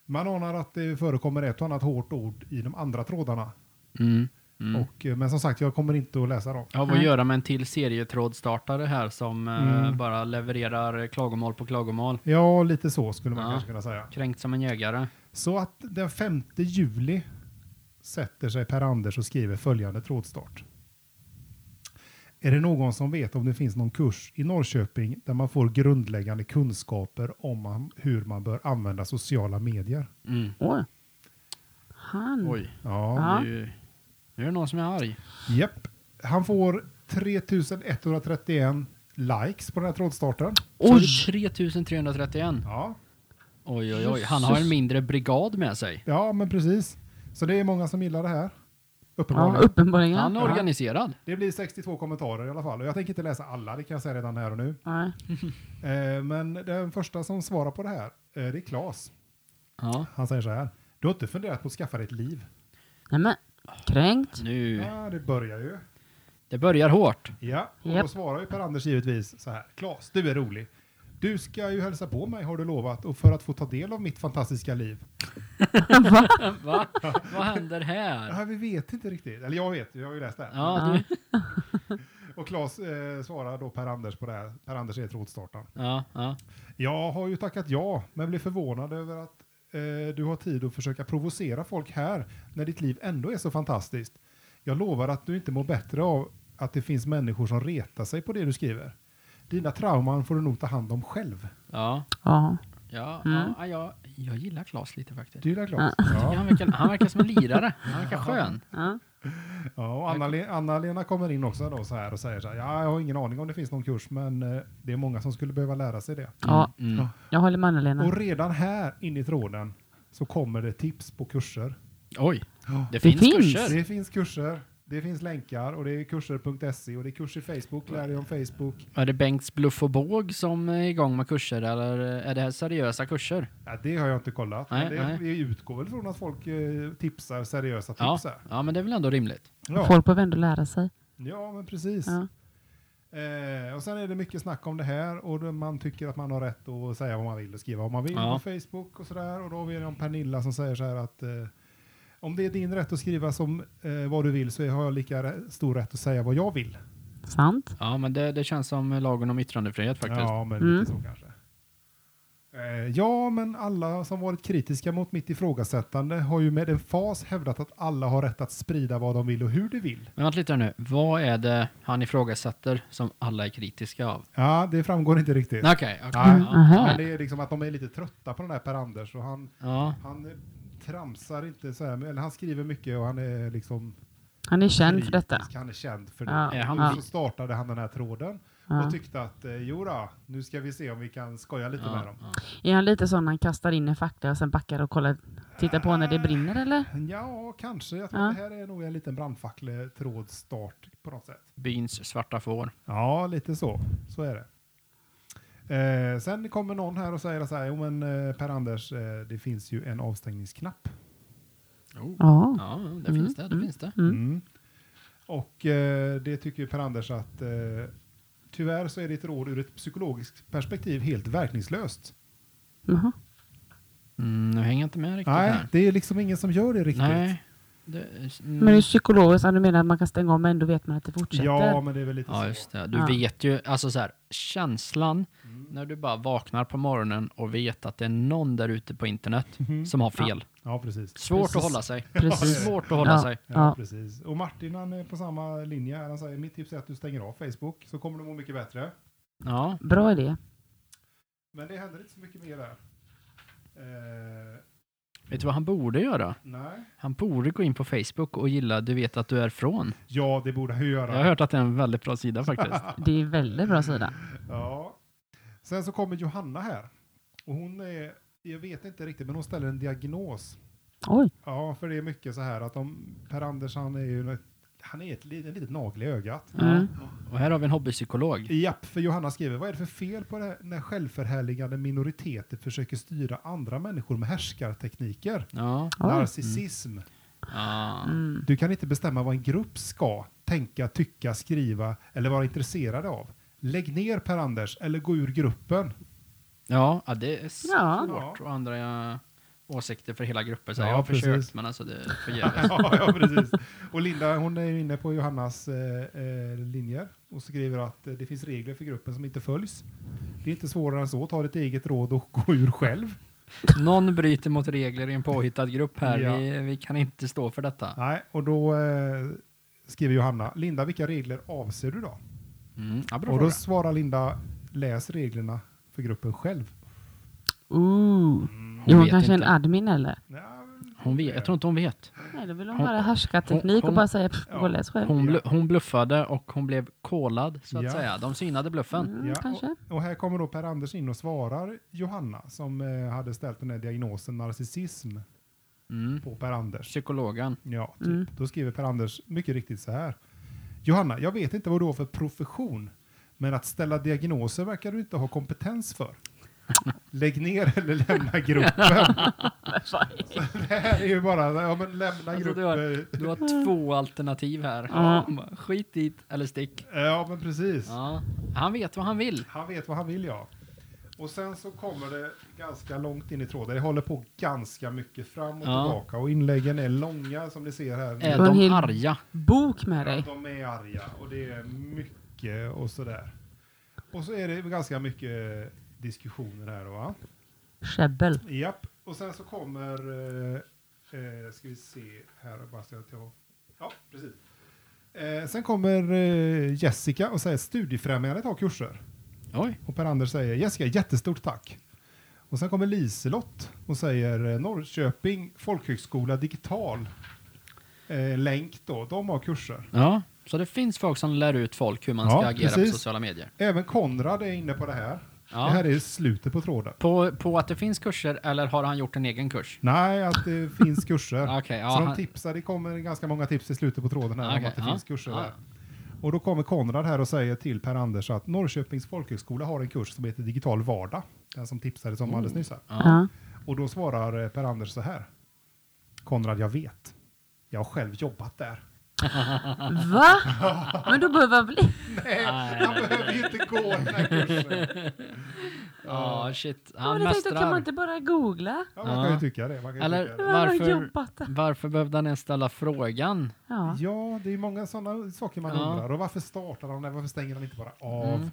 A: Man anar att det förekommer ett och annat hårt ord i de andra trådarna.
B: Mm. Mm.
A: Och, eh, men som sagt, jag kommer inte att läsa dem.
B: Jag har att
C: Nej.
B: göra med en till serietrådstartare här som eh,
A: Mm.
B: bara levererar klagomål på klagomål.
A: Ja, lite så skulle man
B: Ja.
A: kanske kunna säga.
B: Kränkt som en jägare.
A: Så att den 5 juli sätter sig Per-Anders och skriver följande trådstart. Är det någon som vet om det finns någon kurs i Norrköping där man får grundläggande kunskaper om man, hur man bör använda sociala medier?
B: Mm.
C: Oj. Han.
B: Oj,
A: Ja,
C: Ja.
B: nu, nu är det någon som är arg.
A: japp. Han får 3131 likes på den här trådstarten.
B: Oj!
C: Oj.
B: 3331.
A: Ja,
B: Oj, oj, oj. Han har en mindre brigad med sig.
A: ja men precis. Så det är många som gillar det här. Uppenbarligen.
C: Ja, uppenbarligen.
B: Han är
C: Ja.
B: organiserad.
A: Det blir 62 kommentarer i alla fall. Och jag tänker inte läsa alla, det kan jag säga redan här och nu.
C: Nej.
A: Eh, men den första som svarar på det här, eh, det är Claes.
B: Ja.
A: Han säger så här. Du har inte funderat på att skaffa dig ett liv.
C: Nej men, Kränkt.
B: Nu.
A: Ja, det börjar ju.
B: Det börjar hårt.
A: Ja, och då
C: Japp.
A: svarar ju Per-Anders givetvis så här. Klas, du är rolig. Du ska ju hälsa på mig har du lovat och för att få ta del av mitt fantastiska liv.
B: Va? Vad händer här?
A: Ja, vi vet inte riktigt. Eller jag vet, jag har ju läst det. här.
B: Ja, du.
A: Och Klas eh, svarar då Per-Anders på det här. Per-Anders är trådstartaren.
B: Ja, ja.
A: Jag har ju tackat ja, men blir förvånad över att eh, du har tid att försöka provocera folk här när ditt liv ändå är så fantastiskt. Jag lovar att du inte mår bättre av att det finns människor som retar sig på det du skriver. Dina trauman får du nog ta hand om själv.
B: Ja,
C: Ja.
B: ja,
C: Mm.
B: ja, ja. Jag gillar Claes lite faktiskt.
A: Du gillar Claes?
B: Ja,
A: Ja.
B: Han, verkar, han verkar som en lirare. Han verkar skön.
C: ja.
A: ja och Anna-Le- Anna-Lena kommer in också då så här och säger så här. Ja, jag har ingen aning om det finns någon kurs, men eh, det är många som skulle behöva lära sig det.
C: ja.
B: Mm.
C: Jag håller med Anna-Lena.
A: Och redan här inne i tråden så kommer det tips på kurser.
B: Oj, det
C: Det
B: finns,
C: finns.
B: kurser.
A: Det finns kurser, det finns länkar och det är kurser.se E och det är kurser Facebook, lär dig om Facebook.
B: Är det Bengts Bluff och Båg som är igång med kurser eller är det här seriösa kurser?
A: Ja, det har jag inte kollat,
B: Nej,
A: men det,
B: nej.
A: vi utgår väl från att folk eh, tipsar seriösa
B: Ja,
A: tips här.
B: ja, men det är väl ändå rimligt.
A: Ja,
C: Folk behöver ändå lära sig.
A: ja men precis.
C: Ja.
A: Eh, och sen är det mycket snack om det här och då man tycker att man har rätt att säga vad man vill och skriva vad man vill
B: Ja.
A: på Facebook och sådär. Och då har vi någon Pernilla som säger så här att eh, om det är din rätt att skriva som eh, vad du vill så har jag lika rä- stor rätt att säga vad jag vill.
C: Sant.
B: Ja, men det, det känns som lagen om yttrandefrihet faktiskt.
A: Ja, men
C: Mm.
A: lite så kanske. Eh, ja, men alla som varit kritiska mot mitt ifrågasättande har ju med en fas hävdat att alla har rätt att sprida vad de vill och hur de vill.
B: Men vänta lite här nu. Vad är det han ifrågasätter som alla är kritiska av?
A: Ja, det framgår inte riktigt.
B: Okej, okej.
A: Nej.
B: ja.
C: Mm, Aha.
A: Men det är liksom att de är lite trötta på den här Per-Anders och han,
B: ja.
A: han eh, tramsar inte så här, eller han skriver mycket och han är liksom
C: Han är känd för
A: kritisk.
C: detta.
A: Han är känd för det.
C: Ja.
B: Är han-
A: Och så startade han den här tråden och
C: Ja.
A: tyckte att eh, jodå, nu ska vi se om vi kan skoja lite med
B: Ja,
A: dem.
B: ja.
C: Är han lite sån han kastar in en fakta och sen backar och kollar, tittar på när det brinner eller?
A: Ja, kanske. Jag tror
C: Ja.
A: att det här är nog en liten brandfackletrådstart på något sätt.
B: Byns svarta får.
A: Ja, lite så. Så är det. Eh, sen kommer någon här och säger så här, jo men eh, Per-Anders, eh, det finns ju en avstängningsknapp.
C: Ja.
B: Oh. Ja, det
C: Mm,
B: finns det. Det
C: mm.
B: finns det.
C: Mm.
A: Mm. Och eh, det tycker ju Per-Anders att eh, tyvärr så är ditt råd ur ett psykologiskt perspektiv helt verkningslöst.
C: Jaha.
B: Mm, nu hänger jag inte med riktigt
A: Nej,
B: här.
A: det är liksom ingen som gör det riktigt.
B: Nej. Det, mm.
C: Men det är psykologiskt, ja, du menar att man kan stänga om men ändå vet man att det fortsätter?
A: Ja, men det är väl lite
B: Ja,
A: så.
B: just det. Du
C: Ja.
B: vet ju, alltså så här, känslan när du bara vaknar på morgonen och vet att det är någon där ute på internet som har fel.
A: Ja, precis.
B: Svårt att
C: Precis.
B: hålla sig.
C: Precis.
B: Svårt att hålla
C: Ja.
B: sig.
A: Ja,
C: Ja.
A: precis. Och Martin han är på samma linje. här. Han säger mitt tips är att du stänger av Facebook så kommer du må mycket bättre.
B: Ja.
C: Bra idé.
A: Men det händer inte så mycket mer där. Eh,
B: Vet du vad han borde göra?
A: nej.
B: Han borde gå in på Facebook och gilla Du vet att du är från.
A: Ja, det borde han ju
B: Jag
A: göra.
B: har hört att det är en väldigt bra sida faktiskt.
C: Det är en väldigt bra sida.
A: Ja. Sen så kommer Johanna här. Och hon är, jag vet inte riktigt, men hon ställer en diagnos.
C: Oj.
A: Ja, för det är mycket så här att om Per-Anders han är ju, ett- han är ett, li- en litet nagel i ögat.
C: Mm.
B: Och här har vi en hobbypsykolog.
A: Japp, för Johanna skriver, vad är det för fel på det här när självförhärligande minoriteter försöker styra andra människor med härskartekniker?
B: Ja. Ah.
C: Oj.
A: Narcissism.
B: ja.
C: Mm.
A: Du kan inte bestämma vad en grupp ska tänka, tycka, skriva eller vara intresserade av. Lägg ner Per-Anders eller gå ur gruppen.
B: Ja, ja, det är svårt
A: Ja.
B: att andra åsikter för hela gruppen. Så här,
A: Ja,
B: jag har
A: precis.
B: försökt, men alltså det är förgäves.
A: ja, ja, precis. Och Linda hon är ju inne på Johannas eh, eh, linjer och skriver att eh, det finns regler för gruppen som inte följs. Det är inte svårare än så. Ta ditt eget råd och gå ur själv.
B: Någon bryter mot regler i en påhittad grupp här.
A: Ja.
B: Vi, vi kan inte stå för detta.
A: Nej, och då eh, skriver Johanna, Linda vilka regler avser du då?
B: Mm. Ja, bra
A: Och då
B: fråga.
A: svarar Linda, läs reglerna för gruppen själv.
C: Ooh.
B: Hon
C: Jo, hon
B: vet
C: kanske är en
B: inte.
C: admin eller?
A: Ja, men-
B: Hon vet, jag tror inte hon vet.
C: Nej, då vill hon
B: Hon-
C: bara härska teknik
B: hon-
C: och bara säga pff,
A: Ja.
C: gå och läs själv.
B: Hon, blu- hon bluffade och hon blev kolad, så att
A: Ja.
B: säga. De synade bluffen.
C: Mm, kanske.
A: Och, och här kommer då Per-Anders in och svarar Johanna som eh, hade ställt den här diagnosen narcissism
B: Mm.
A: på Per-Anders.
B: Psykologen.
A: Ja, typ.
C: Mm.
A: Då skriver Per-Anders mycket riktigt så här. Johanna, jag vet inte vad du har för profession, men att ställa diagnoser verkar du inte ha kompetens för. Lägg ner eller lämna gruppen.
C: Men vad är det?
A: Det här är ju bara, ja men lämna
B: Alltså, du,
A: gruppen.
B: har, du har två alternativ här.
C: Mm. Ja.
B: Skit dit eller stick.
A: Ja men precis.
B: Ja. Han vet vad han vill.
A: Han vet vad han vill ja. Och sen så kommer det ganska långt in i tråden. Det håller på ganska mycket fram och
B: Ja.
A: tillbaka. Och inläggen är långa som ni ser här.
B: Är
C: Och en hel-
B: de arga?
C: Bok med dig.
A: De är arga och det är mycket och sådär. Och så är det ganska mycket diskussioner här då va?
C: Käbbel.
A: Japp. Och sen så kommer, eh, eh, ska vi se här bara så att jag, ja precis. Eh, sen kommer eh, Jessica och säger studiefrämjandet har kurser.
B: Oj.
A: Och Per-Anders säger Jessica, jättestort tack. Och sen kommer Liselott och säger eh, Norrköping folkhögskola digital. Eh, länk då, de har kurser.
B: Ja. Så det finns folk som lär ut folk hur man
A: Ja,
B: ska agera
A: precis.
B: på sociala medier.
A: Även Konrad är inne på det här.
B: Ja.
A: Det här är slutet på tråden.
B: På, på att det finns kurser eller har han gjort en egen kurs?
A: Nej, att det finns kurser.
B: Okej, ja,
A: Så de
B: han-
A: tipsar, det kommer ganska många tips i slutet på tråden här om
B: Okej,
A: att det
B: ja,
A: finns kurser
B: ja.
A: där. Och då kommer Konrad här och säger till Per-Anders att Norrköpings folkhögskola har en kurs som heter Digital vardag. Den som tipsades
B: Oh.
A: om alldeles nyss här.
C: Ja.
A: Och då svarar eh, Per-Anders så här. Konrad, jag vet. Jag har själv jobbat där.
C: Va? Men då behöver jag väl...
A: Nej, jag behöver ju inte gå den här kursen.
B: Ja, shit.
C: Ja,
B: Han
C: men jag tänkte, kan man
B: mästrar.
C: inte bara googla?
A: Ja, man kan ju
B: Ja.
A: tycka det. Man kan ju
B: Eller-
A: tycka det.
C: Men han har
B: Varför-
C: jobbat där.
B: Varför behövde han ens ställa frågan?
C: Ja.
A: Ja, det är många sådana saker man
B: Ja.
A: undrar. Och varför startar han? Varför stänger han inte bara av?
B: Mm.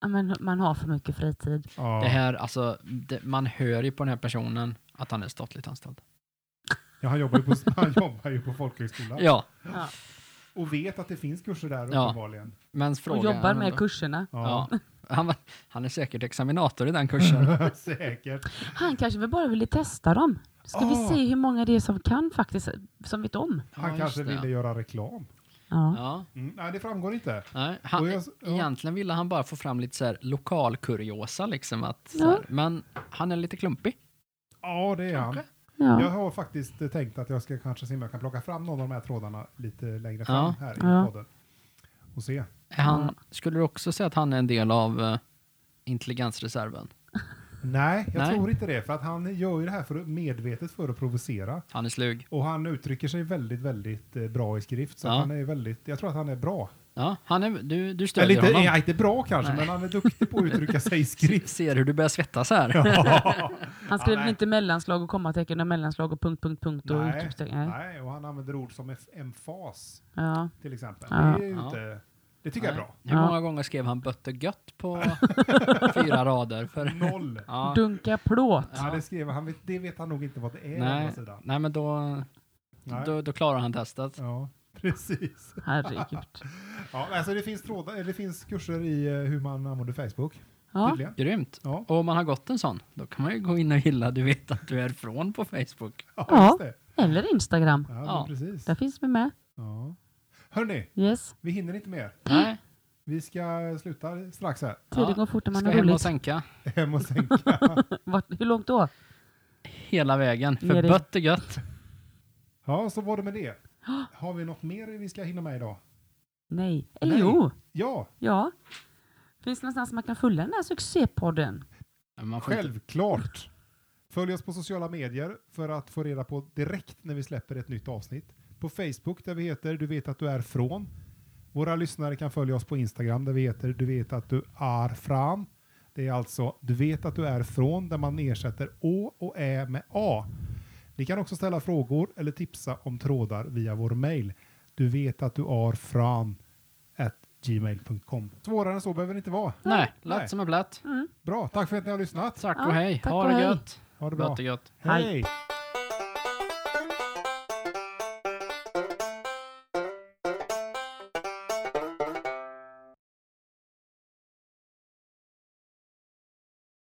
C: Ja, Men man har för mycket fritid.
A: Ja.
B: Det här, alltså, det, man hör ju på den här personen att han är statligt anställd.
A: Ja, han, jobbar ju på, han jobbar ju på folkhögskola.
B: Ja,
C: Ja.
A: Och vet att det finns kurser där
B: Ja.
A: uppenbarligen.
B: men
C: Och
B: frågan...
C: jobbar med kurserna.
A: Ja,
B: Ja. Han, var- han är säkert examinator i den kursen.
A: säkert.
C: Han kanske väl bara ville testa dem. Ska vi
A: Ah.
C: se hur många det är som kan faktiskt, som vet om.
A: Han
B: Ja, just
A: kanske
B: det.
A: ville göra reklam.
C: Ja.
B: Ja.
A: Mm, nej, det framgår inte.
B: Nej, han,
A: Och jag- ja.
B: Egentligen ville han bara få fram lite så här lokalkuriosa, liksom. Att, så
C: Ja.
B: här, men han är lite klumpig.
A: Ja, det är han.
B: Kanske.
C: Ja.
A: Jag har faktiskt eh, tänkt att jag ska kanske se om jag kan plocka fram någon av de här trådarna lite längre fram
B: Ja.
A: här i
C: Ja.
A: podden. Och se.
B: Är Han, skulle du också säga att han är en del av eh, intelligensreserven?
A: Nej, jag
B: Nej.
A: tror inte det. För att han gör ju det här för, att- medvetet för att provocera.
B: Han är slug.
A: Och han uttrycker sig väldigt, väldigt eh, bra i skrift. Så
B: Ja.
A: att han är väldigt, jag tror att han är bra.
B: Ja, han är, du, du
A: Eller
B: stödjer
A: inte,
B: honom.
A: nej, inte bra kanske, men han är duktig på att uttrycka sig i skrift.
B: Ser hur du börjar svettas här.
A: Ja.
C: Han skriver
A: Ja,
C: väl
A: nej.
C: inte mellanslag och kommatecken och mellanslag och punkt, punkt, punkt och
A: Nej,
C: utropstecken? Nej.
A: nej, och han använder ord som ef- emfas
C: Ja.
A: till exempel.
C: Ja.
A: Det, är ju
B: Ja.
A: inte, det tycker jag är bra.
B: Hur
C: Ja.
B: många gånger skrev han bötte gött på fyra rader? För,
A: Noll.
B: ja.
C: Dunka plåt.
A: Ja, det, skrev, han vet, det vet han nog inte vad det är. å andra
B: nej,
A: sidan.
B: nej, men då,
A: Nej.
B: då, då klarar han testet.
A: Ja, precis.
C: Herregud.
A: Ja, alltså det, finns trådar, eller det finns kurser i eh, hur man använder Facebook.
C: Ja.
A: Tydligen.
B: Grymt.
A: Ja,
B: Och om man har gått en sån, då kan man ju gå in och gilla Du vet att du är från på Facebook.
A: ja,
C: Ja.
A: just det.
C: Eller Instagram.
A: Ja,
B: Ja.
A: Men precis.
C: Där finns vi med.
A: Ja. Hörni,
C: Yes.
A: vi hinner inte mer.
B: Nej,
A: Vi ska sluta strax här.
C: Tiden
B: Ja.
C: går fort när man
B: ska
C: har
B: hem och
C: roligt.
B: sänka
A: Hem och sänka.
C: Vart, hur långt då?
B: hela vägen. För
C: Ner i-
B: bötte gött.
A: Ja, så var det med det. Har vi något mer vi ska hinna med idag?
C: Nej. Eller
A: Nej.
C: jo.
A: Ja,
C: Ja. Finns det någonstans man kan följa den här succépodden?
B: Men Man får inte,
A: Självklart! Följ oss på sociala medier för att få reda på direkt när vi släpper ett nytt avsnitt. På Facebook där vi heter Du vet att du är från. Våra lyssnare kan följa oss på Instagram där vi heter Du vet att du är fram. Det är alltså Du vet att du är från där man ersätter Å och Ä med A. Ni kan också ställa frågor eller tipsa om trådar via vår mail. Du vet att du är fram at gmail.com. Svårare än så behöver det inte vara.
B: nej,
A: Nej.
B: lätt som en blätt.
A: Bra, tack för att ni har lyssnat.
B: Tack
C: Ja,
B: och hej.
C: tack
B: Ha
C: och
B: det
C: hej.
B: gött.
A: Ha det bra.
B: Bötte gött.
C: Hej.
A: Hej.